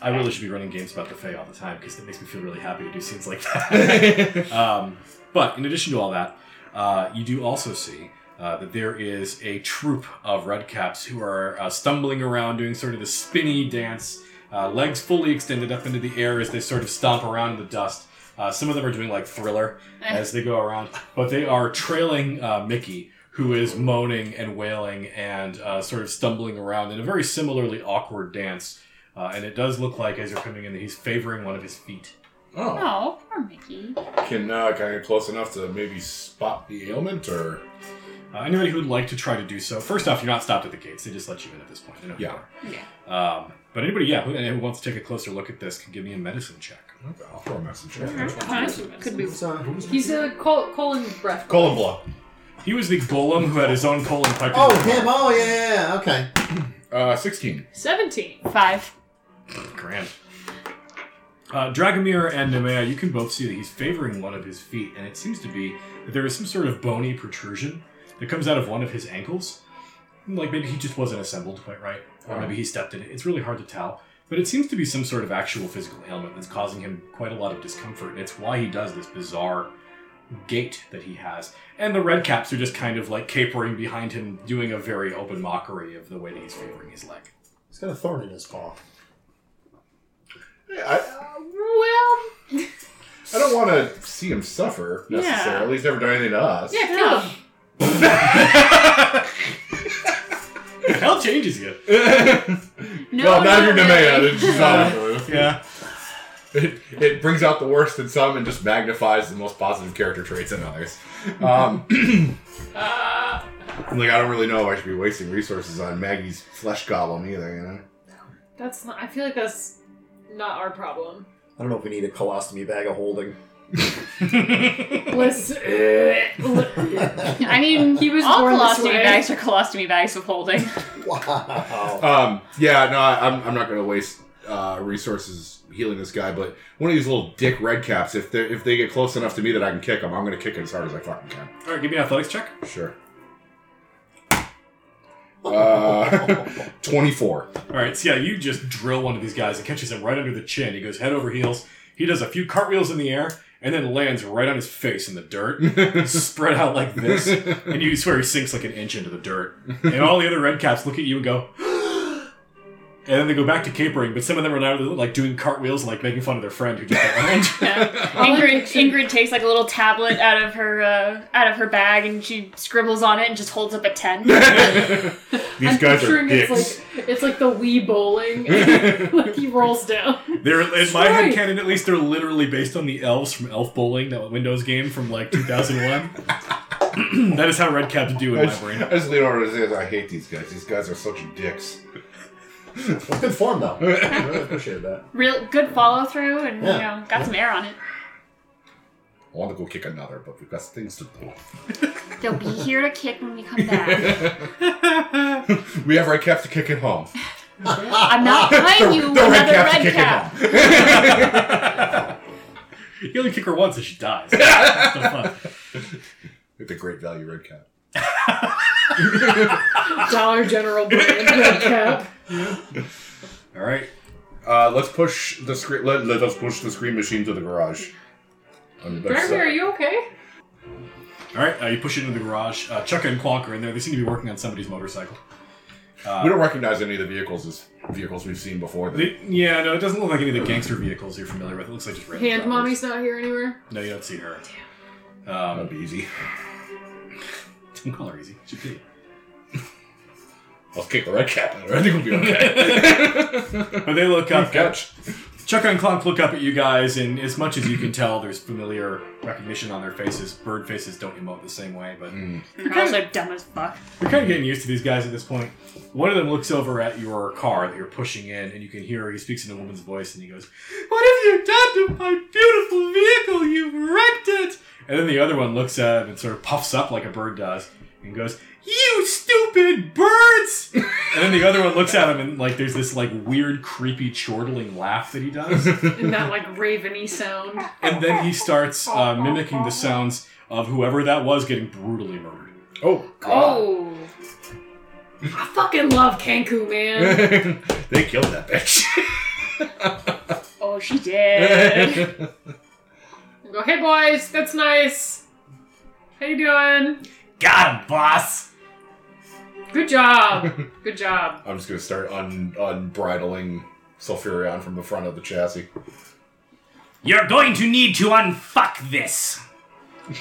A: I really should be running games about the Fae all the time because it makes me feel really happy to do scenes like that. um, but in addition to all that, uh, you do also see uh, that there is a troop of redcaps who are uh, stumbling around doing sort of the spinny dance, uh, legs fully extended up into the air as they sort of stomp around in the dust. Uh, some of them are doing like thriller as they go around, but they are trailing uh, Mickey, who is moaning and wailing and uh, sort of stumbling around in a very similarly awkward dance. Uh, and it does look like as you're coming in that he's favoring one of his feet.
G: Oh.
B: Oh, poor Mickey.
G: Can, uh, can I get close enough to maybe spot the ailment or.
A: Uh, anybody who would like to try to do so, first off, you're not stopped at the gates. They just let you in at this point. They know who you
G: Yeah.
A: are. Um, but anybody, yeah, who, who wants to take a closer look at this can give me a medicine check.
G: Okay, I'll throw a message.
B: Mm-hmm. Could be.
F: He's a col- colon breath.
G: Colon block.
A: He was the golem who had his own colon pipe.
E: Oh, him. Oh, yeah, yeah, yeah. Okay.
G: Uh, 16.
F: 17.
B: Five.
A: Grand. Uh, Dragomir and Nemea, you can both see that he's favoring one of his feet, and it seems to be that there is some sort of bony protrusion that comes out of one of his ankles. Like maybe he just wasn't assembled quite right, or maybe he stepped in it. It's really hard to tell, but it seems to be some sort of actual physical ailment that's causing him quite a lot of discomfort, and it's why he does this bizarre gait that he has. And the red caps are just kind of like capering behind him, doing a very open mockery of the way that he's favoring his leg.
E: He's got a thorn in his paw.
G: Yeah, I,
F: Well,
G: I don't want to see him suffer
B: Yeah.
G: necessarily. He's never done anything to us.
F: yeah, kill him.
A: Hell changes you.
B: No,
G: well, not
B: no,
G: if you're Nemea.
B: really.
G: It's just not-
A: Yeah.
G: it, it brings out the worst in some and just magnifies the most positive character traits in others. Um, like, I don't really know if I should be wasting resources on Maggie's flesh golem either, you know?
F: That's not. I feel like that's not our problem.
E: I don't know if we need a colostomy bag of holding.
F: Let's.
B: I mean, he was all
F: born this
B: colostomy
F: way.
B: bags are colostomy bags with holding.
E: Wow.
G: Um, yeah, no, I, I'm, I'm not going to waste uh, resources healing this guy, but one of these little dick red caps, if they if they get close enough to me that I can kick them, I'm going to kick it as hard as I fucking can.
A: All right, give me an athletics check.
G: Sure. Uh, 24.
A: All right, so yeah, you just drill one of these guys and catches him right under the chin. He goes head over heels. He does a few cartwheels in the air and then lands right on his face in the dirt, spread out like this. And you swear he sinks like an inch into the dirt. And all the other red caps look at you and go, and then they go back to capering. But some of them are now like doing cartwheels and like making fun of their friend who just got land.
B: Ingrid, Ingrid takes like a little tablet out of her uh, out of her bag and she scribbles on it and just holds up a ten.
G: These
F: I'm
G: guys are
F: picturing
G: dicks.
F: It's like, it's like the Wii bowling. like he rolls down.
A: They're in my
F: Right.
A: head canon, at least they're literally based on the elves from Elf Bowling, that Windows game from like 2001. that is how red caps do in
G: I
A: my
G: just,
A: brain.
G: I just lean over and say, I hate these guys. These guys are such dicks.
E: That's good form, though. I really appreciated that.
B: Real good follow through and
E: Yeah.
B: you know got some air on it.
G: I want to go kick another, but we've got things to do.
C: They'll be here to kick when we come back.
G: we have red caps to kick it home.
C: I'm not buying you
G: The red
C: another
G: caps to
C: red
G: kick
C: cap.
G: it home.
A: You only kick her once and she dies. That's no fun.
G: it's a great value red cap.
F: Dollar General brand red cap.
A: All right.
G: Uh, let's push the screen. Let, let us push the screen machine to the garage. I mean, that's-
F: Grammy, are you okay?
A: All right. Uh, you push it into the garage. Uh, Chuck and Quonk are in there. They seem to be working on somebody's motorcycle.
G: uh,
A: Uh,
G: we don't recognize any of the vehicles as vehicles we've seen before.
A: They, yeah, no, it doesn't look like any of the gangster vehicles you're familiar with. It looks like just random.
F: Hand
A: shoppers.
F: mommy's not here anywhere.
A: No, you don't see her.
G: That'd
A: Um,
G: be easy.
A: don't call her easy. She's cute.
G: Let's kick the red cap at her. I think we'll be okay.
A: But they look up.
G: Catch.
A: Chuck and Clonk look up at you guys, and as much as you can tell, there's familiar recognition on their faces. Bird faces don't emote the same way, but
G: Mm.
B: They're also dumb as fuck.
A: You're kind of getting used to these guys at this point. One of them looks over at your car that you're pushing in, and you can hear he speaks in a woman's voice, and he goes, "What have you done to my beautiful vehicle? You've wrecked it!" And then the other one looks at him and sort of puffs up like a bird does, and goes, "You stupid birds!" and then the other one looks at him, and like there's this like weird, creepy, chortling laugh that he does,
F: And that like raveny sound.
A: and then he starts uh, mimicking the sounds of whoever that was getting brutally murdered.
G: Oh, God.
F: Oh. I fucking love Kanku, man.
G: they killed that bitch.
B: Oh, she did.
F: I go, hey boys, that's nice. How you doing?
A: Got him, boss.
F: Good job. Good job.
G: I'm just gonna start un- unbridling Sulfurion from the front of the chassis.
A: You're going to need to unfuck this.
G: Oh,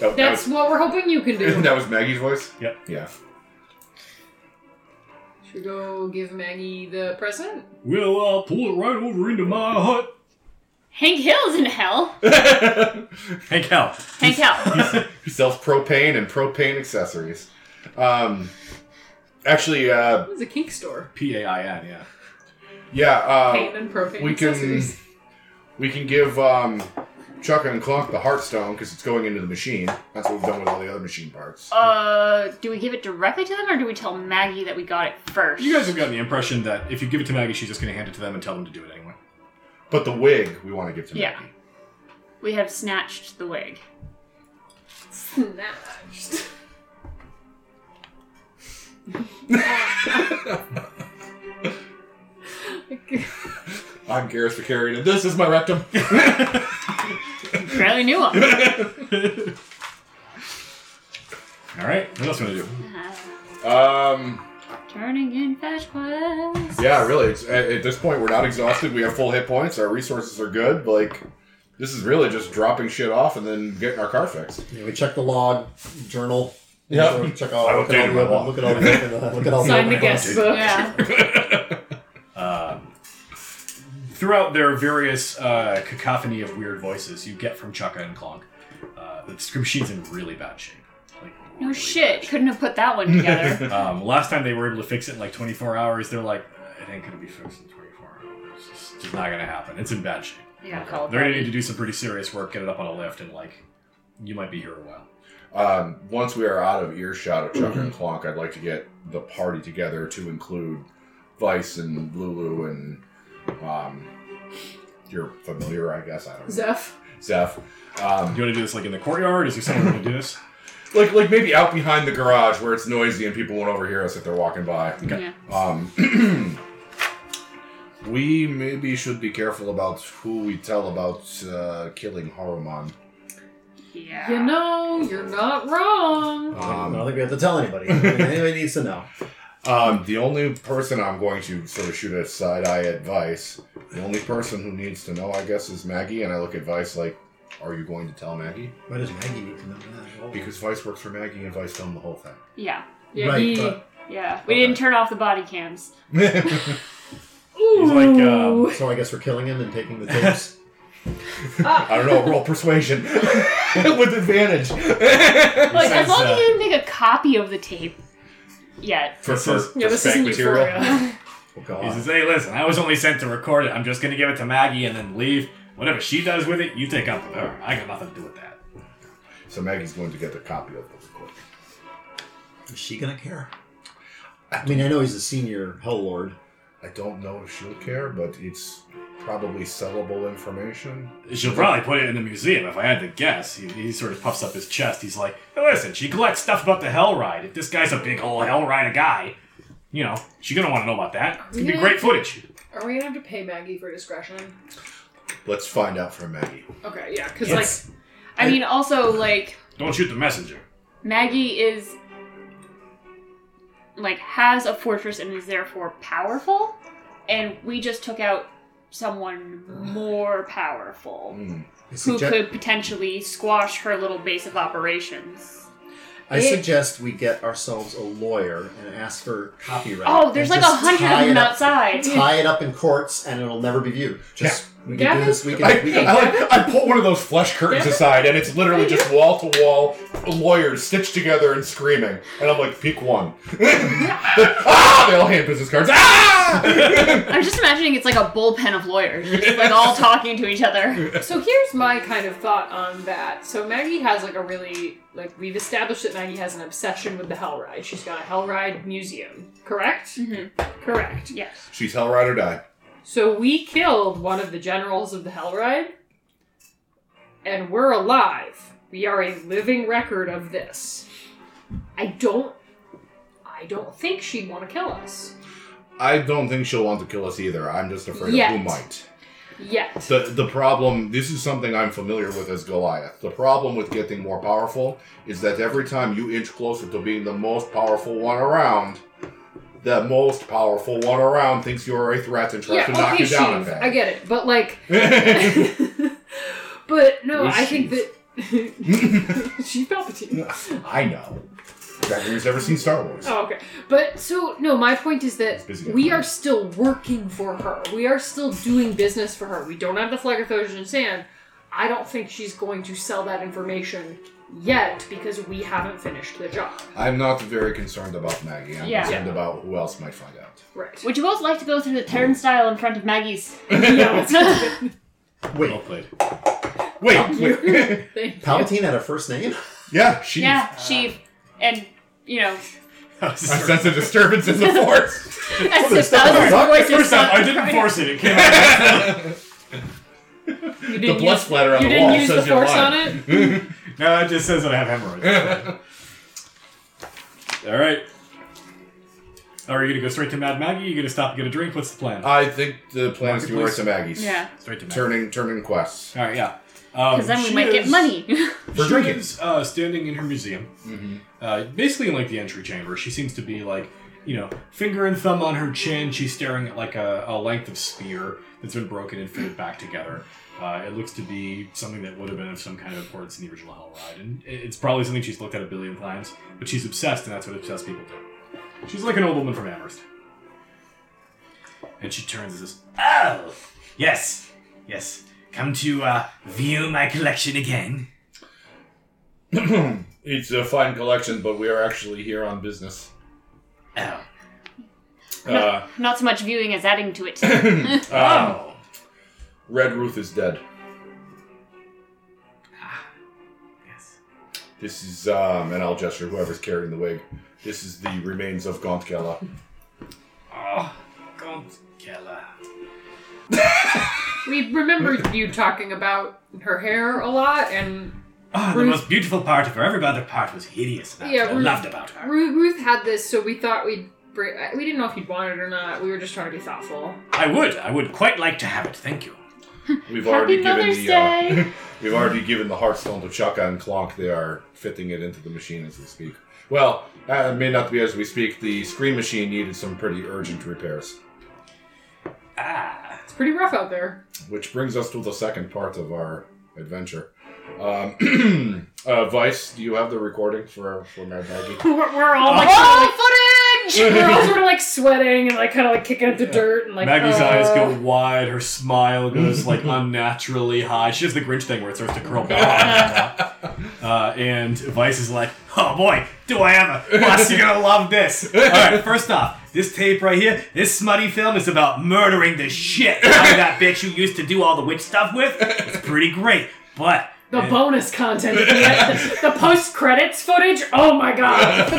G: That, that
F: That's
G: was,
F: what we're hoping you can do.
G: that was Maggie's voice.
A: Yep.
G: Yeah.
F: Should we go give Maggie the present?
A: Well, I'll pull it right over into my hut.
B: Hank Hill's in hell.
A: Hank Hell.
B: Hank Hill.
G: He sells propane and propane accessories. Um, actually, uh,
F: It was a kink store.
A: P A I N, yeah.
G: yeah. Uh,
F: Paint and propane
G: we can
F: accessories.
G: we can give um, Chuck and Clunk the Heartstone because it's going into the machine. That's what we've done with all the other machine parts.
B: Uh, do we give it directly to them, or do we tell Maggie that we got it first?
A: You guys have gotten the impression that if you give it to Maggie, she's just going to hand it to them and tell them to do it anyway.
G: But the wig we want to give to
B: Yeah.
G: Maggie.
B: We have snatched the wig.
F: Snatched.
G: I'm Garrus Vicarian, and this is my rectum.
B: Fairly new one.
A: All right. What else do you want to do?
B: Uh,
G: um,
B: Turning in fetch quest.
G: yeah, really. It's, at, at this point, we're not exhausted. We have full hit points. Our resources are good. Like, this is really just dropping shit off and then getting our car fixed.
E: Yeah, we check the log, journal.
G: Yeah.
E: Sort of Check all.
G: I
E: Look at all
G: updated
E: the
G: my log.
E: open- look at all the open- look at all
F: Sign the
E: open
F: guest
E: content.
F: book.
B: Yeah.
A: Um, throughout their various uh, cacophony of weird voices you get from Chaka and Clonk, uh, the script sheet's in really bad shape. Like,
B: No
A: really
B: shit.
A: bad
B: Couldn't have put that one together.
A: shape. Um, last time they were able to fix it in like 24 hours, they're like, it ain't going to be fixed in 24 hours. It's just not going to happen. It's in bad shape.
B: yeah, call it
A: They're gonna
B: that.
A: need to do some pretty serious work, get it up on a lift, and like, you might be here a while.
G: Um, once we are out of earshot of Chuck and Clonk, I'd like to get the party together to include Vice and Lulu and um, your familiar, I guess. I don't know.
F: Zeph.
G: Zeph.
A: Do
G: Um,
A: you want to do this like in the courtyard? Is there someone going to do this?
G: like, like maybe out behind the garage where it's noisy and people won't overhear us if they're walking by.
B: Yeah.
G: Um, we maybe should be careful about who we tell about uh, killing Haruman.
B: Yeah.
F: You know, you're not wrong.
E: I
G: Um,
E: don't think we have to tell anybody. I mean, anybody needs to know.
G: Um, the only person I'm going to sort of shoot a side eye at Vice, the only person who needs to know, I guess, is Maggie. And I look at Vice like, are you going to tell Maggie?
E: Why does Maggie need to know that?
G: Because Vice works for Maggie and Vice filmed the whole
B: Yeah.
F: Yeah,
E: Right,
F: he-
E: but-
B: Yeah. We
G: Okay.
B: didn't turn off the body cams.
G: thing.
F: Ooh.
A: He's like, um,
E: so I guess we're killing him and taking the tapes.
F: Ah.
G: I don't know, roll persuasion with advantage.
B: Like,
A: says,
B: as long
A: uh,
B: as you didn't make a copy of the tape yet.
G: For,
A: This is-
F: yeah, this isn't Euphoria.
E: oh
A: He
E: God.
A: says, "Hey, listen, I was only sent to record it. I'm just going to give it to Maggie and then leave." Whatever she does with it, you take up with her. I got nothing to do with that.
G: So Maggie's going to get the copy of the recording.
J: Is she gonna care?
K: I mean, I know he's a senior Hell Lord.
G: I don't know if she'll care, but it's probably sellable information.
A: She'll probably put it in the museum if I had to guess. He, he sort of puffs up his chest. He's like, "Hey, listen, she collects stuff about the Hell Ride. If this guy's a big old Hell Rider guy, you know, she's gonna want to know about that. It's gonna be
F: Yeah.
A: great footage.
F: Are we gonna have to pay Maggie for discretion?
G: Let's find out from Maggie.
F: Okay, yeah, because
J: Yes.
F: like, I mean, also like
A: Don't shoot the messenger.
B: Maggie is like has a fortress and is therefore powerful, and we just took out someone more powerful
G: Mm.
K: I,
B: who
K: sugge-
B: could potentially squash her little base of operations.
K: I
F: It-
K: suggest we get ourselves a lawyer and ask for copyright.
B: Oh, there's like
K: and
B: a
K: just
B: hundred
K: tie
B: of them
K: it up-
B: outside.
K: Tie it up in courts, and it'll never be viewed. Just we can
F: Gavin?
K: do this. We can. we
G: I,
K: can
G: I, like, I pulled one of those flesh curtains aside, and it's literally just wall to wall lawyers stitched together and screaming. And I'm like, peak one. ah! They all hand business cards. Ah!
B: I'm just imagining it's like a bullpen of lawyers, just like all talking to each other.
F: So here's my kind of thought on that. So Maggie has like a really like we've established that Maggie has an obsession with the Hell Ride. She's got a Hell Ride museum, correct? Correct.
B: Yes.
G: She's hell ride or die.
F: So we killed one of the generals of the Hell Ride, and we're alive. We are a living record of this. I don't. I don't think she'd want to kill us
G: I don't think she'll want to kill us either. I'm just afraid
F: Yet.
G: of who might.
F: yet.
G: The the problem this is something I'm familiar with as Goliath. The problem with getting more powerful is that every time you inch closer to being the most powerful one around, the most powerful one around thinks you're a threat and tries
F: yeah.
G: to knock
F: okay,
G: you down a
F: Sheev,
G: peg.
F: I get it, but like.
G: I
F: but no,
G: Where's
F: I think
G: Sheev?
F: that she's Palpatine.
G: know. Gregory's never seen Star Wars.
F: Oh, okay. But so no, my point
G: He's
F: is that
G: busy.
F: we are still working for her. We are still doing business for her. We don't have the flag of Thosian sand. I don't think she's going to sell that information yet because we haven't finished the job.
G: I'm not very concerned about Maggie. I'm
B: Yeah.
G: concerned about who else might find out.
F: Right.
B: Would you both like to go through the turnstile in front of Maggie's?
A: Well played. Wait,
G: Wait.
F: Thank you.
K: Palpatine had a first name.
G: yeah, she.
B: yeah, she and you know
G: I sense a disturbance in the force.
B: as if that was her voice.
A: First off, I didn't force it. It came out.
F: You
G: the
F: didn't
G: blood
F: use,
G: splatter on
F: you
G: the
F: didn't
G: wall
F: use the
G: says you're
F: force on
G: lying.
F: it.
A: no, it just says that I have hemorrhoids. All right. Are you gonna go straight to Mad Maggie? You gonna stop and get a drink? What's the plan?
G: I think the plan is to go right to Maggie's.
B: Yeah,
A: straight to Maggie.
G: Turning, turning quests.
A: All right, yeah. Oh, Um,
B: because then we might get money.
A: For
G: For drinking.
A: uh, standing in her museum, uh, basically in like the entry chamber. She seems to be like, you know, finger and thumb on her chin. She's staring at like a, a length of spear that's been broken and fitted back together. Uh, it looks to be something that would have been of some kind of importance in the original Hell Ride, and it- it's probably something she's looked at a billion times. But she's obsessed, and that's what obsessed people do. She's like an old woman from Amherst. And she turns and says, "Oh, yes, yes, come to uh, view my collection again."
G: It's a fine collection, but we are actually here on business.
A: Oh.
B: Oh.
G: Uh,
B: Not so much viewing as adding to it.
G: um,
A: Oh.
G: Red Ruth is dead.
A: Yes.
G: This is, um, and I'll gesture whoever's carrying the wig. This is the remains of Gaunt Gela.
A: Oh, God, Keller.
F: We remembered you talking about her hair a lot, and
A: Oh, the
F: Ruth-
A: most beautiful part of her. Every other part was hideous. and That's
F: Yeah,
A: what I
F: Ruth-
A: loved about her.
F: Ru- Ruth had this, so we thought we'd. Bring, we didn't know if you'd want it or not. We were just trying to be thoughtful.
A: I would. I would quite like to have it. Thank you.
G: We've already
B: Happy
G: given
B: Mother's
G: the. Uh,
B: Day.
G: We've already given the Hearthstone to Chaka and Clonk. They are fitting it into the machine as we speak. Well, uh, it may not be as we speak. The screen machine needed some pretty urgent repairs.
A: Ah.
F: It's pretty rough out there.
G: Which brings us to the second part of our adventure. Um, uh, Vice, do you have the recording for, for Mad Maggie?
F: We're, we're
B: Oh,
F: all like, footage. we're all sort of like sweating and like kind of like kicking up the dirt and like.
A: Maggie's
F: uh,
A: eyes go wide. Her smile goes like unnaturally high. She does the Grinch thing where it starts to curl back. uh, and Vice is like,
L: Oh boy, do I have a boss? You're gonna love this. All right, first off, this tape right here, this smutty film is about murdering the shit out of that bitch you used to do all the witch stuff with. It's pretty great, but
F: The
L: man,
F: bonus content, at the, end, the post credits footage. Oh my god!
B: The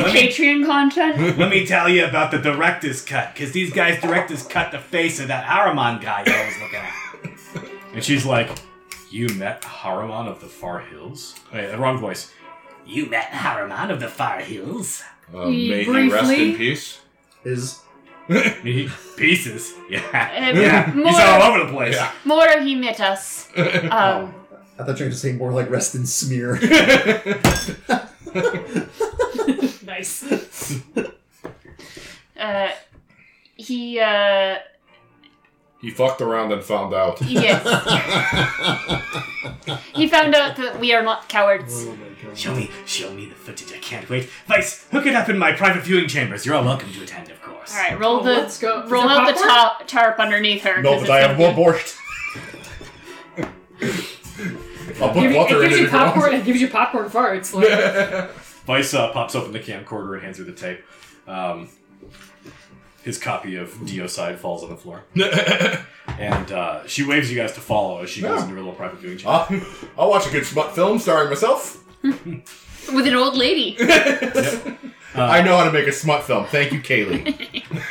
B: Patreon content.
L: let me tell you about the director's cut, because these guys directors cut the face of that Haruman guy you always looking at. And she's like, "You met Haruman of the Far Hills." Wait, wrong voice. You met Haruman of the Far Hills.
G: Uh, may he
F: Briefly.
G: rest in peace.
K: Is
L: He pieces. Yeah.
C: Uh,
L: Yeah. He's all
C: More,
L: over the place.
C: more he met us. Um,
E: I thought you were going to say more like rest and smear.
F: nice.
C: uh, he, uh,
G: He fucked around and found out.
C: yes. he found out that we are not cowards.
L: Show me, show me the footage. I can't wait. Vice, hook it up in my private viewing chambers. You're all welcome to attend, of course.
C: All right, roll
F: Oh,
C: the
F: let's go.
C: roll
F: Is there
C: out the
F: popcorn?
C: top tarp underneath her.
D: No,
C: 'cause
D: but I
C: it's
D: have
C: gonna
D: more
C: be-
D: borscht. I'll put
F: Give you-
D: water
F: it
D: in
F: gives
D: it.
F: you
D: if you want.
F: popcorn. It gives you popcorn farts. Like,
A: Vice uh, pops open the camcorder and hands her the tape. Um, his copy of Dio Side falls on the floor. and uh, she waves you guys to follow as she goes
D: Yeah.
A: into her little private viewing chamber.
D: I'll, I'll watch a good smut film starring myself.
C: with an old lady.
F: Uh.
D: I know how to make a smut film. Thank you, Kaylee.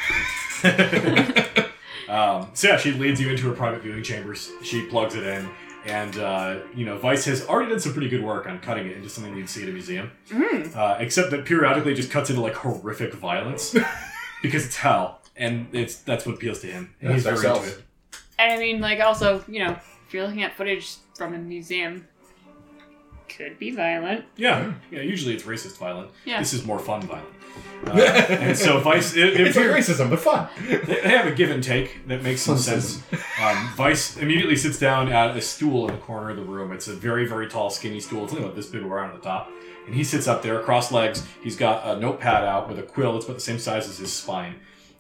A: Um, so yeah, she leads you into her private viewing chambers. She plugs it in, and uh, you know, Vice has already done some pretty good work on cutting it into something you'd see at a museum. Uh, except that periodically it just cuts into like horrific violence because it's hell, and it's that's what appeals to him. And he's
D: That's
A: very into
D: ourselves.
A: it.
B: And I mean, like, also, you know, if you're looking at footage from a museum, could be violent.
A: Yeah, yeah. Usually it's racist violent.
B: Yeah.
A: This is more fun violent. Uh, and so Vice, it, it
D: it's like racism, but fun.
A: They, they have a give and take that makes some sense. Um, Vice immediately sits down at a stool in the corner of the room. It's a very, very tall, skinny stool. It's only about this big around the top. And he sits up there, cross legs. He's got a notepad out with a quill that's about the same size as his spine.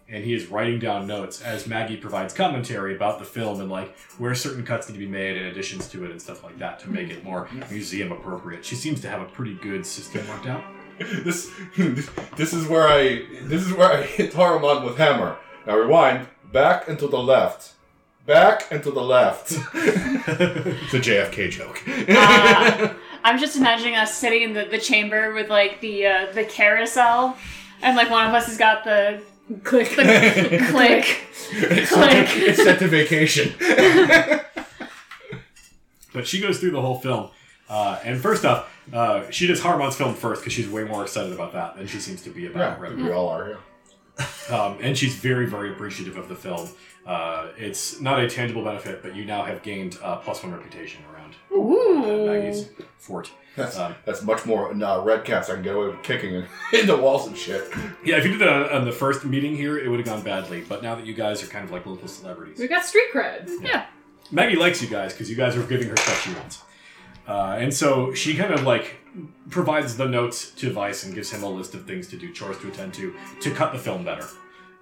A: And he is writing down notes as Maggie provides commentary about the film and like where certain cuts need to be made and additions to it and stuff like that to make it more museum appropriate. She seems to have a pretty good system worked out.
G: this this is where I this is where I hit Haruman with hammer. Now rewind back and to the left, back and to the left.
D: It's a JFK joke.
B: Ah, I'm just imagining us sitting in the, the chamber with like the uh, the carousel, and like one of us has got the
F: click.
B: click click.
D: it's set to vacation.
A: But she goes through the whole film. Uh, and first off, uh, she does Harmon's film first because she's way more excited about that than she seems to be
G: Yeah,
A: about
G: I think
A: Rebel.
G: we all are. Yeah.
A: Um, and she's very, very appreciative of the film. Uh, it's not a tangible benefit, but you now have gained uh, plus one reputation around uh, Maggie's fort.
G: That's,
A: Um,
G: that's much more nah, red caps. I can get away with kicking in- into walls and shit.
A: Yeah, if you did that on, on the first meeting here, it would have gone badly. But now that you guys are kind of like local celebrities,
F: We got street cred.
A: Maggie likes you guys because you guys are giving her stuff she wants. Uh, and so she kind of like provides the notes to Vice and gives him a list of things to do, chores to attend to, to cut the film better.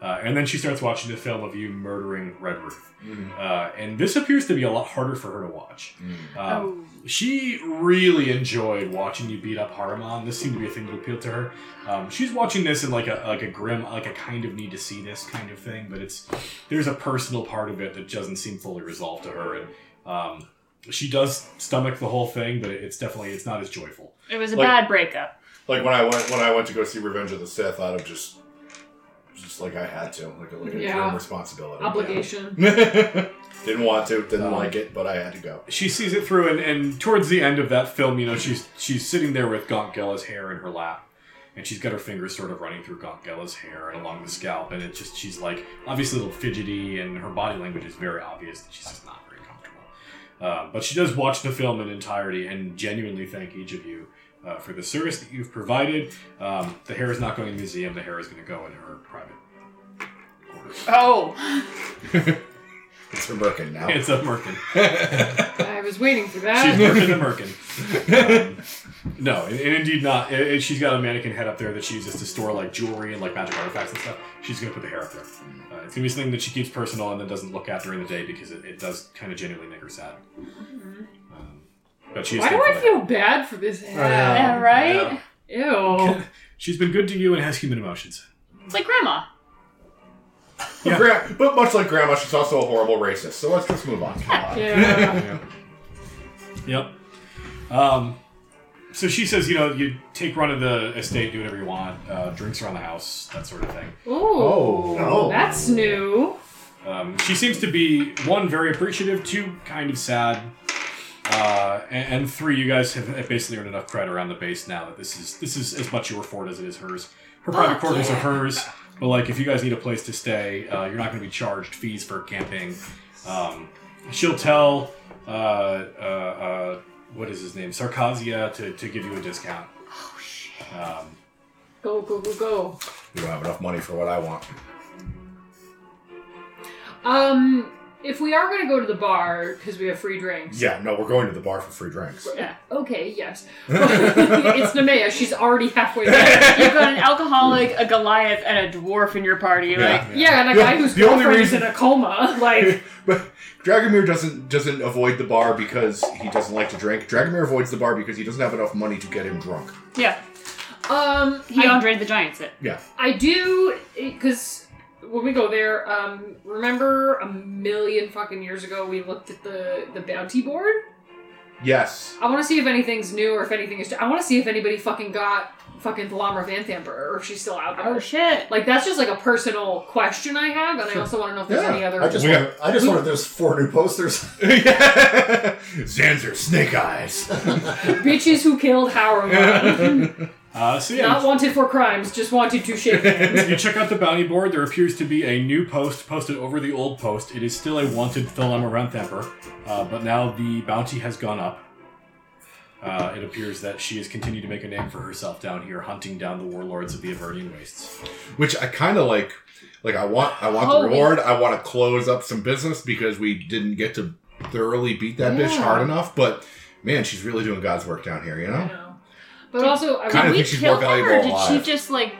A: Uh, and then she starts watching the film of you murdering Red Roof.
D: Mm-hmm.
A: Uh, and this appears to be a lot harder for her to watch.
B: Oh.
A: Um, She really enjoyed watching you beat up Haruman. This seemed to be a thing that appealed to her. Um, she's watching this in like a like a grim, like a kind of need to see this kind of thing, but it's there's a personal part of it that doesn't seem fully resolved to her, and um, she does stomach the whole thing, but it's definitely it's not as joyful.
B: It was a
G: Like-
B: bad breakup.
G: Like when I went when I went to go see Revenge of the Sith, out of just just like I had to, like a, like a
F: Yeah.
G: grim responsibility,
F: Obligation.
G: Yeah. didn't want to, didn't
A: Um,
G: like it, but I had to go.
A: She sees it through, and, and towards the end of that film, you know, she's she's sitting there with Gaunt Gella's hair in her lap, and she's got her fingers sort of running through Gaunt Gella's hair and along the scalp, and it's just she's like obviously a little fidgety, and her body language is very obvious that she's just not very comfortable. Uh, but she does watch the film in entirety and genuinely thank each of you uh, for the service that you've provided. Um, the hair is not going in the museum; the hair is going to go in her private.
B: Oh,
D: It's for Birkin now.
A: It's a merkin.
F: I was waiting for
A: She's
F: that.
A: merkin the merkin. Um, no, and, and indeed not. And- and she's got a mannequin head up there that she uses to store like jewelry and like magic artifacts and stuff. She's gonna put the hair up there. Uh, it's gonna be something that she keeps personal and then doesn't look at during the day because it, it does kind of genuinely make her sad. Um, but she is
F: Mm-hmm. Why do I
A: thankful that-
F: feel bad for this?
E: yeah.
B: yeah, right.
F: Ew.
A: She's been good to you and has human emotions.
B: It's like grandma.
G: But, gra- but much like Grandma, she's also a horrible racist. So let's just move on. Come on.
F: Yeah.
A: Yep. Um, so she says, you know, you take run of the estate, do whatever you want, uh, drinks around the house, that sort of thing.
F: Ooh.
M: Oh.
F: That's new.
A: Um, she seems to be one very appreciative, two kind of sad, uh, and, and three you guys have have basically earned enough credit around the base now that this is this is as much your fort as it is hers. Her private quarters are hers, but like if you guys need a place to stay, uh, you're not going to be charged fees for camping. Um, she'll tell uh, uh, uh, what is his name, Sarcazia, to, to give you a discount. Oh shit. Um,
F: Go, go, go, go.
G: We don't have enough money for what I want.
F: Um, if we are going to go to the bar because we have free drinks.
G: Yeah, no, we're going to the bar for free drinks.
F: Okay. Yes. it's Nemea. She's already halfway there.
B: You've got an alcoholic, a Goliath, and a dwarf in your party. Like,
G: Yeah.
F: Yeah, and a guy whose
G: The only
F: girlfriend is in
G: reason-
F: a coma. Like,
G: But Dragomir doesn't doesn't avoid the bar because he doesn't like to drink. Dragomir avoids the bar because he doesn't have enough money to get him drunk.
B: yeah.
F: um,
B: He
F: I,
B: Andre the Giant's it.
G: Yeah.
F: I do because when we go there, um, remember a million fucking years ago we looked at the the bounty board.
G: Yes.
F: I want to see if anything's new or if anything is. I want to see if anybody fucking got fucking Thalamra Van Thamper or if she's still out there.
B: Oh shit.
F: Like that's just like a personal question I have, and I also want to know if there's
G: Yeah,
F: any other.
K: I just
G: We
K: wonder, I just wonder if there's four new posters.
G: Zanzer, snake eyes.
F: bitches who killed Haruman.
A: uh, so yeah,
F: Not wanted for crimes, just wanted to shake hands.
A: you check out the bounty board. There appears to be a new post posted over the old post. It is still a wanted Thelema Renthemper, uh, but now the bounty has gone up. Uh, it appears that she has continued to make a name for herself down here, hunting down the warlords of the Avernian wastes.
G: Which I kind of like. Like I want, I want
F: Oh,
G: the
F: we-
G: reward. I want to close up some business because we didn't get to thoroughly beat that bitch
F: Yeah.
G: hard enough. But man, she's really doing God's work down here. You
F: I
G: know.
F: know. But also, I
G: Kind
B: Did
G: of
B: we
G: think she's more
B: kill him, or
G: valuable
B: did
G: alive.
B: she just like?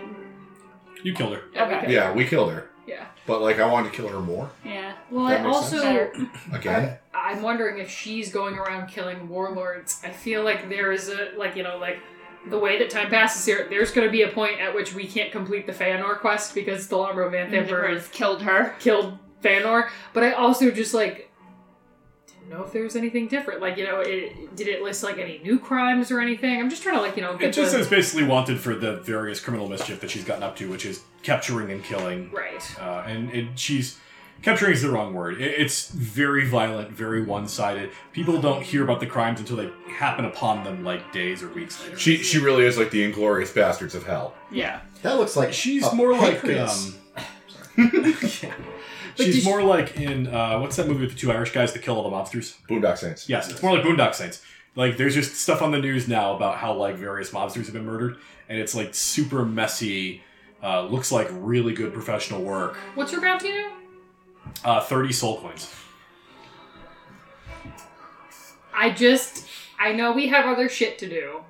A: You killed her.
F: okay.
G: Yeah, we killed her,
F: Yeah.
G: but like I wanted to kill her more
B: Yeah.
F: Well,
G: That
F: I
G: makes
F: also
B: sense.
G: again.
F: I'm wondering if she's going around killing warlords. I feel like there is a like you know like the way that time passes here. There's going to be a point at which we can't complete the Feanor quest because Thalamro
B: Mm-hmm.
F: Van Thamper
B: Emperor's killed her.
F: killed Fanor, but I also just like didn't know if there was anything different. Like, you know, it, did it list like any new crimes or anything? I'm just trying to like, you know,
A: It
F: get
A: just
F: the
A: says basically wanted for the various criminal mischief that she's gotten up to, which is capturing and killing.
F: right.
A: Uh, and, and she's capturing is the wrong word. It, it's very violent, very one-sided. People don't hear about the crimes until they happen upon them, like days or weeks later.
G: She she really is like the inglorious bastards of hell.
B: Yeah.
K: That looks like
A: She's
K: a
A: more like
K: pancreas.
A: um, Uh, yeah. She's more like in uh, what's that movie with the two Irish guys that kill all the mobsters?
G: Boondock Saints.
A: Yes, it's more like Boondock Saints. Like there's just stuff on the news now about how like various mobsters have been murdered, and it's like super messy. Uh, looks like really good professional work.
F: What's your bounty now?
A: Uh, Thirty soul coins.
F: I just I know we have other shit to do.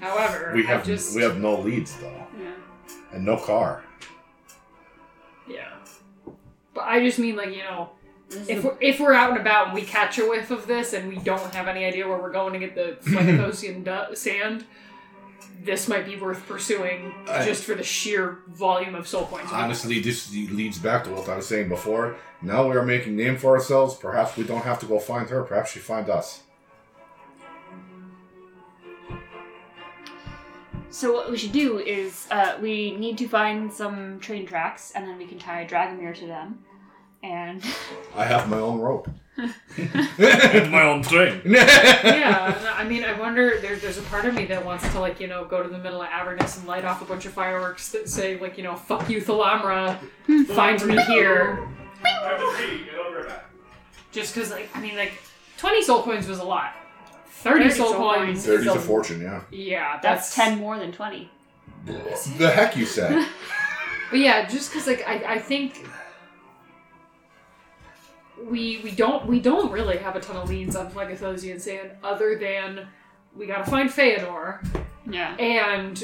F: However,
G: We
F: I
G: have
F: just
G: we have no leads though, and no car.
F: yeah. But I just mean like, you know, if we're, if we're out and about and we catch a whiff of this and we don't have any idea where we're going to get the Fleckothosian du- sand, this might be worth pursuing
G: I-
F: just for the sheer volume of soul points.
G: Honestly, this leads back to what I was saying before. Now we are making name for ourselves. Perhaps we don't have to go find her. Perhaps she find us.
B: So what we should do is uh, we need to find some train tracks, and then we can tie Dragomir to them. And
G: I have my own rope.
A: It's my own thing.
F: yeah, and I mean, I wonder. There, there's a part of me that wants to, like, you know, go to the middle of Avernus and light off a bunch of fireworks that say, like, you know, "fuck you, Thalamra, find me here." Just because, like, I mean, like, twenty soul coins was a lot. Thirty,
B: 30
F: soul,
B: soul
F: coins.
B: coins.
G: Thirty's
F: is
G: a fortune, yeah.
F: Yeah,
B: that's ten more than twenty.
G: The heck you said?
F: But yeah, just because like I, I think we we don't we don't really have a ton of leans on Phlegathosian sand other than we gotta find Feanor
B: Yeah.
F: and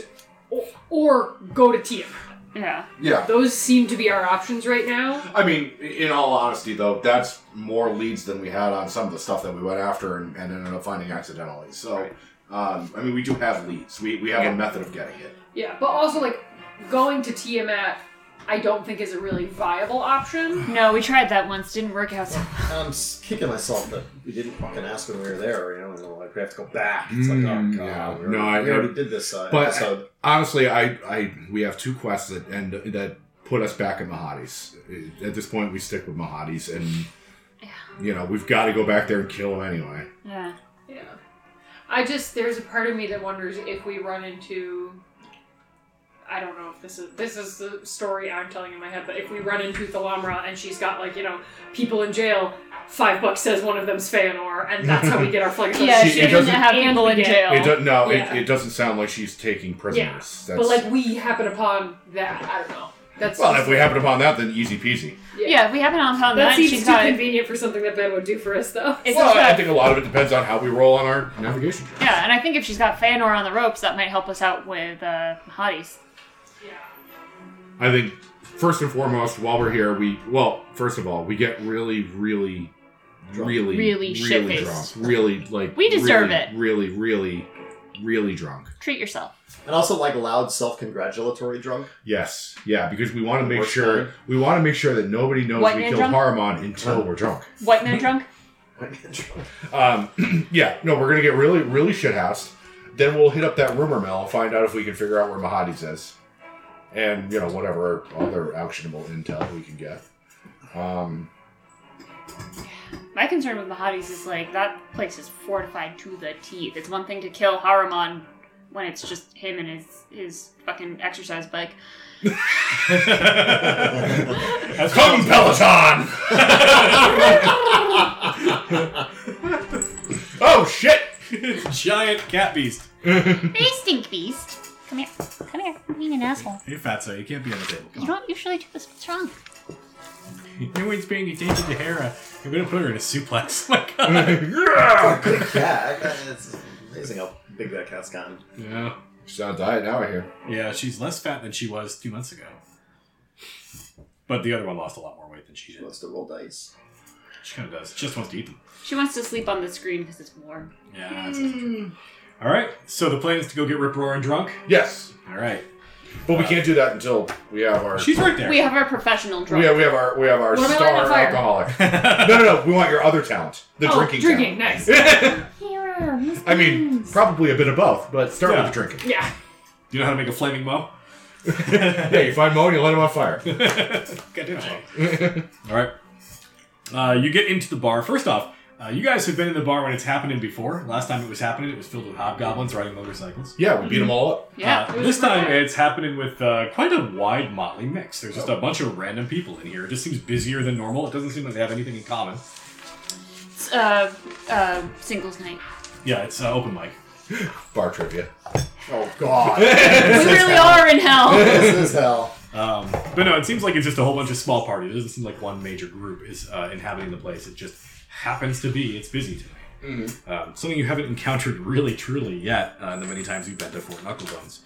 F: or, or go to Tiamat.
B: Yeah.
G: Yeah.
F: Those seem to be our options right now.
G: I mean, in all honesty, though, that's more leads than we had on some of the stuff that we went after and, and ended up finding accidentally. So, Um, I mean, we do have leads. We, we have a method of getting it.
F: Yeah, but also like going to Tiamat, I don't think is a really viable option.
B: No, we tried that once. Didn't work out. so-
K: I'm s- kicking myself that we didn't fucking ask when we were there. You know, and we're like we have to go back. It's like,
G: Mm,
K: oh god,
G: yeah.
K: we, already,
G: No, I-
K: we already did this uh,
G: but-
K: episode.
G: Honestly, I, I we have two quests that end that put us back in Mahadi's. At this point, we stick with Mahadi's, and you know we've got to go back there and kill him anyway.
B: Yeah.
F: Yeah. I just there's a part of me that wonders if we run into I don't know if this is this is the story I'm telling in my head, but if we run into Thalamra and she's got like, you know, people in jail, five bucks says one of them's Feanor, and that's how we get our flag.
B: Yeah,
G: She-
B: she,
G: it
B: doesn't
G: doesn't-
B: have people in
F: And-
B: jail.
G: It does no.
F: Yeah.
G: It, it doesn't sound like she's taking prisoners.
F: But like we happen upon that, I don't know. That's
G: well,
F: just-
G: if we happen upon that, then easy peasy.
B: yeah, if we haven't on found
F: That
B: that.
F: seems
B: She's
F: too
B: got.
F: convenient for something that Ben would do for us, though.
B: It's
G: well, I
B: got-
G: think a lot of it depends on how we roll on our navigation. check.
B: yeah, and I think if she's got Feanor on the ropes, that might help us out with uh, Hotties.
G: I think first and foremost, while we're here, we well, first of all, we get really, really, really,
B: Really
G: drunk,
B: shit-faced.
G: really like
B: We deserve
G: really,
B: it.
G: Really, really, really drunk.
B: Treat yourself.
K: And also like loud self-congratulatory drunk.
G: Yes, yeah, because we want to make
K: Worst
G: sure
K: kind.
G: we want to make sure that nobody knows
B: White
G: we
B: man
G: killed
B: drunk?
G: Haramon until we're drunk.
B: White man drunk.
G: Um, yeah, no, we're gonna get really, really shithoused. Then we'll hit up that rumor mill and find out if we can figure out where Mahadi's is, and you know whatever other actionable intel we can get. Um,
B: My concern with Mahadi's is like that place is fortified to the teeth. It's one thing to kill Haruman when it's just him and his his fucking exercise bike.
A: That's
G: Come, Peloton! oh shit!
A: Giant cat beast.
B: Hey, stink beast! Come here, come here. I'm being an asshole.
A: Hey, Fatso, you can't be on the table.
B: You don't usually do this. What's wrong?
A: No one's paying attention to Hera. I'm gonna put her in a suplex. Oh my god.
K: Yeah, I- I- it's amazing how big that cat's gotten.
A: yeah.
G: She's on a diet now, I hear.
A: Yeah, she's less fat than she was two months ago. But the other one lost a lot more weight than she
K: She
A: did.
K: wants to roll dice.
A: She kind of does. She just wants to eat them.
B: She wants to sleep on the screen because it's warm.
A: Yeah. All right. So the plan is to go get Rip Roaring drunk.
G: Yes,
A: All right.
G: but we can't do that until we have our.
A: She's right there.
B: We have our professional drunk.
G: We have, we have our we have our
F: What am I
G: star
F: lighting on fire?
G: alcoholic. No, no, no. We want your other talent, the
F: oh,
G: drinking.
F: drinking, nice.
G: Talent.
B: Hera, Miss
G: I mean,
B: Beans.
G: probably a bit of both, but start
A: Yeah.
G: with the drinking.
F: Yeah.
A: you know how to make a flaming mo?
G: Yeah, you find Mo and you light him on fire.
A: Goddamn it. All right. Uh, you get into the bar. First off, uh, you guys have been in the bar when it's happening before. Last time it was happening, it was filled with hobgoblins riding motorcycles.
G: Yeah, we beat them all up.
B: Yeah.
A: Uh, this time it's happening with uh, quite a wide motley mix. There's just a bunch of random people in here. It just seems busier than normal. It doesn't seem like they have anything in common.
B: It's, uh, uh, singles night.
A: Yeah, it's uh, open mic.
G: Bar trivia.
K: Oh god,
B: we really are in hell.
K: this is hell.
A: Um, but no, it seems like it's just a whole bunch of small parties. It doesn't seem like one major group is uh, inhabiting the place. It just happens to be it's busy tonight. Um, something you haven't encountered really truly yet uh, in the many times you've been to Fort Knucklebones.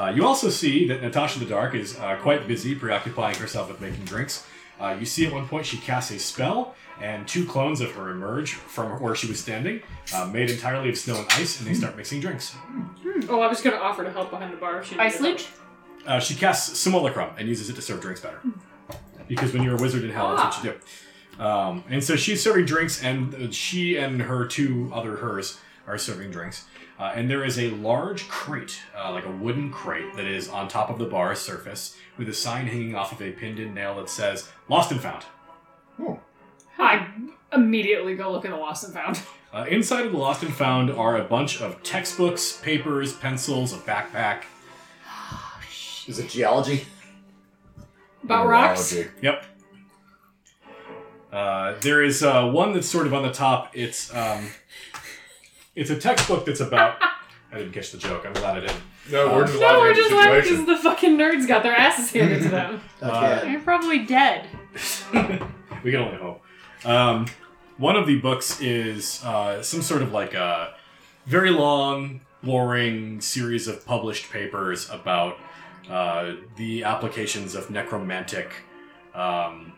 A: Uh, you also see that Natasha the Dark is uh, quite busy preoccupying herself with making drinks. Uh, you see at one point she casts a spell, and two clones of her emerge from where she was standing, uh, made entirely of snow and ice, and they start mixing drinks.
F: Oh, I was gonna offer to help behind the bar. if she needed
B: Ice luge?
A: Uh, she casts Simulacrum and uses it to serve drinks better. Because when you're a wizard in hell, that's what you do. Um, and so she's serving drinks, and uh, she and her two other hers are serving drinks. Uh, and there is a large crate, uh, like a wooden crate, that is on top of the bar surface with a sign hanging off of a pinned in nail that says, Lost and Found.
F: help. I immediately go look in the lost and found.
A: Uh, inside of the Lost and Found are a bunch of textbooks, papers, pencils, a backpack.
K: Is it geology?
F: About rocks.
G: Neurology.
A: Yep. Uh, there is uh, one that's sort of on the top. It's um, it's a textbook that's about. I didn't catch the joke. I'm glad I didn't.
G: No, we're just
F: No, we're
G: laughing at
F: just
G: the
F: laughing because
G: situation.
F: the fucking nerds got their asses handed to them.
K: Okay.
B: You're probably dead.
A: We can only hope. Um, one of the books is uh, some sort of like a very long, boring series of published papers about uh, the applications of necromantic um,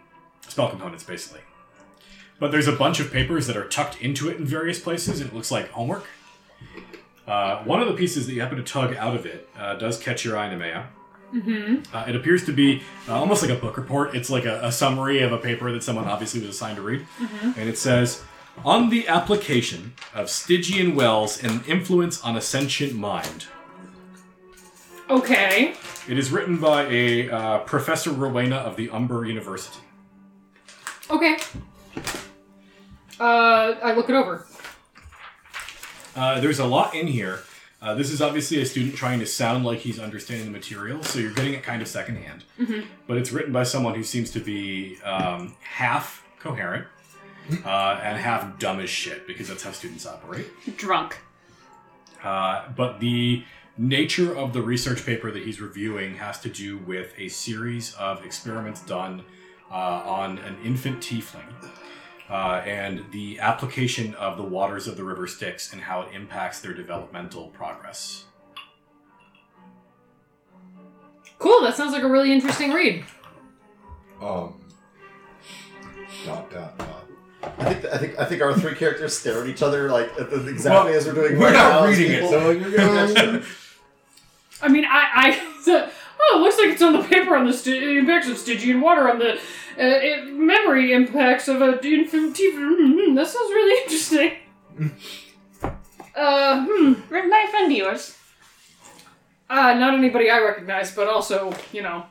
A: spell components, basically. But there's a bunch of papers that are tucked into it in various places, and it looks like homework. Uh, Uh, one of the pieces that you happen to tug out of it uh, does catch your eye, Nemea.
F: Mm-hmm.
A: Uh, it appears to be uh, almost like a book report. It's like a, a summary of a paper that someone obviously was assigned to read. And it says On the application of Stygian wells and influence on a sentient mind.
F: Okay.
A: It is written by a uh, Professor Rowena of the Umber University.
F: Okay. Uh, I look it over.
A: Uh, there's a lot in here. Uh, this is obviously a student trying to sound like he's understanding the material, so you're getting it kind of secondhand. But it's written by someone who seems to be um, half coherent uh, and half dumb as shit, because that's how students operate.
B: Drunk.
A: Uh, but the nature of the research paper that he's reviewing has to do with a series of experiments done uh, on an infant tiefling uh, and the application of the waters of the river Styx and how it impacts their developmental progress.
F: Cool. That sounds like a really interesting read.
G: Um, dot dot dot.
E: I think I think I think our three characters stare at each other like at the- exactly as we're doing. right now as people.
G: you're gonna.
F: I mean, I, I so- oh, it looks like it's on the paper on the sti- impacts of Stygian water on the uh, it, memory impacts of a infant. Mm, that sounds really interesting. uh, hmm.
B: Written by a friend of yours.
F: Uh, not anybody I recognize, but also, you know,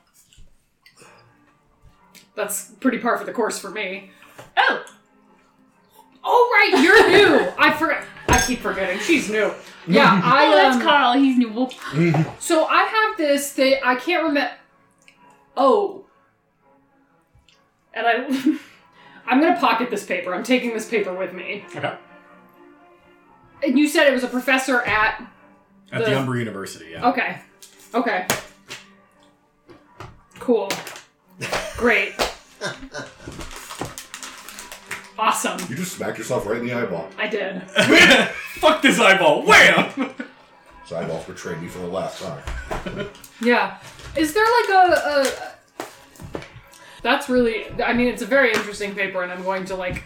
F: that's pretty par for the course for me.
B: Oh,
F: Oh right, you're new. I forgot. I keep forgetting. She's new. Yeah, I.
B: oh, that's
F: um,
B: Carl. He's new. Well,
F: So I have this thing I can't remember. Oh, and I, I'm gonna pocket this paper. I'm taking this paper with me.
A: Okay.
F: And you said it was a professor at.
A: At the,
F: The-
A: Umber University, yeah.
F: Okay, okay. Cool. Great. awesome.
G: You just smacked yourself right in the eyeball.
F: I did.
A: Fuck this eyeball! Wham!
G: This eyeball betrayed me for the last time.
F: Yeah. Is there like a, a That's really I mean it's a very interesting paper and I'm going to like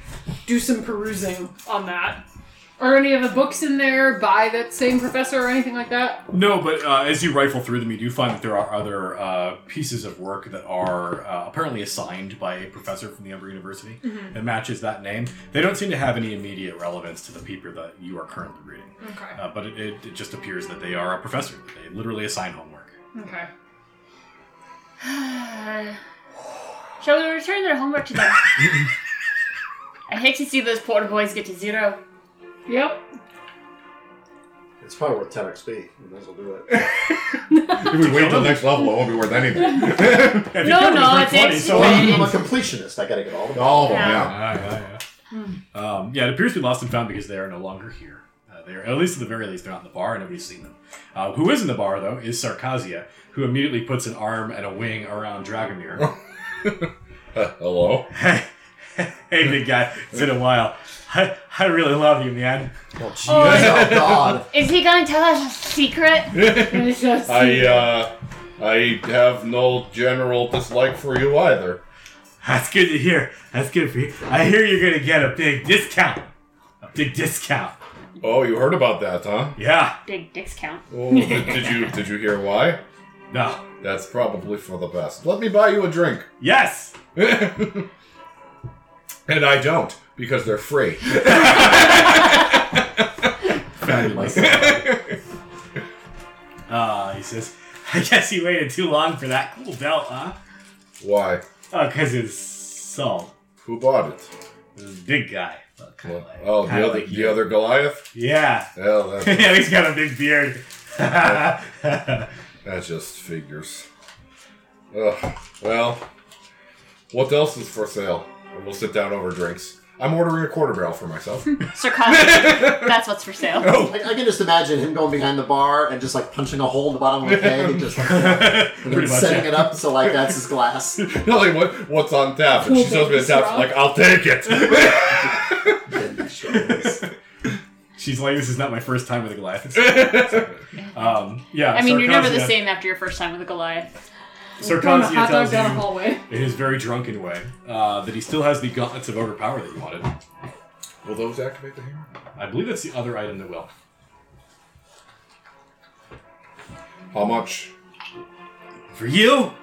F: do some perusing on that. Are any of the books in there by that same professor or anything like that?
A: No, but uh, as you rifle through them, you do find that there are other uh, pieces of work that are uh, apparently assigned by a professor from the Umber University
B: Mm-hmm.
A: that matches that name. They don't seem to have any immediate relevance to the paper that you are currently reading,
F: Okay.
A: uh, but it, it, it just appears that they are a professor. that They literally assign homework.
F: Okay.
B: shall we return their homework to them? I hate to see those poor boys get to zero.
F: Yep.
E: It's probably worth 10 XP. You might as well do it.
G: If we wait till next level, it won't be worth anything.
A: Yeah, if you
B: No,
A: do it,
B: no,
A: worth
B: it's
A: 20, so-
B: extra.
E: I'm a completionist. I gotta get all the.
G: All of them,
B: Yeah.
G: yeah.
A: Ah, yeah, yeah. Um, yeah, it appears to be lost and found because they are no longer here. Uh, they are, at least at the very least, they're not in the bar and nobody's seen them. Uh, who is in the bar, though, is Sarkazia, who immediately puts an arm and a wing around Dragomir.
G: Hello?
L: hey, big guy. It's been a while. I, I really love you, man.
E: Oh God!
B: Is he gonna tell us a secret?
F: It's just-
G: I, uh, I have no general dislike for you either.
L: That's good to hear. That's good for you. I hear you're gonna get a big discount. A big discount.
G: Oh, you heard about that, huh?
L: Yeah.
B: Big dicks count.
G: Oh, did, did you did you hear why?
L: No.
G: That's probably for the best. Let me buy you a drink.
L: Yes.
G: and I don't because they're free.
A: Fabulous.
L: Uh, he says, I guess you waited too long for that cool belt, huh?
G: Why?
A: Uh,
L: Oh, because it's salt.
G: Who bought it?
L: It was a big guy. Well, kinda like-
G: oh,
L: kinda
G: the other
L: like
G: the
L: you.
G: other Goliath.
L: Yeah.
G: Well, that,
L: yeah, he's got a big beard.
G: that just figures. Ugh. Well, what else is for sale? And We'll sit down over drinks. I'm ordering a quarter barrel for myself.
B: Sarcastic. that's what's for sale.
E: I, I can just imagine him going behind the bar and just like punching a hole in the bottom of the keg and just like, and
L: Pretty
E: then
L: much.
E: setting
L: yeah.
E: it up so like that's his glass.
G: no, like what, what's on tap? And she shows me the tap. I'm like, I'll take it.
A: She's like, this is not my first time with a Goliath. um, yeah.
B: I mean, you're never the
A: Sarkazia-
B: same after your first time with a Goliath.
F: Throwing a
A: Sarkazia
F: hot dog
A: tells
F: down a
A: you
F: hallway.
A: in his very drunken way uh, that he still has the gauntlets of overpower that you wanted.
G: Will those activate the hammer?
A: I believe that's the other item that will.
G: How much?
A: For you?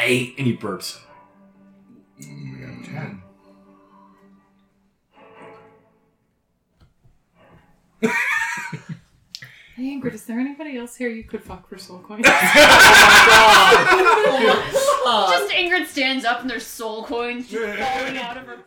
A: Eight. And he burps.
N: Mm, we got ten.
F: Hey, Ingrid, is there anybody else here you could fuck for soul coins?
B: Just Ingrid stands up and there's soul coins just falling out of her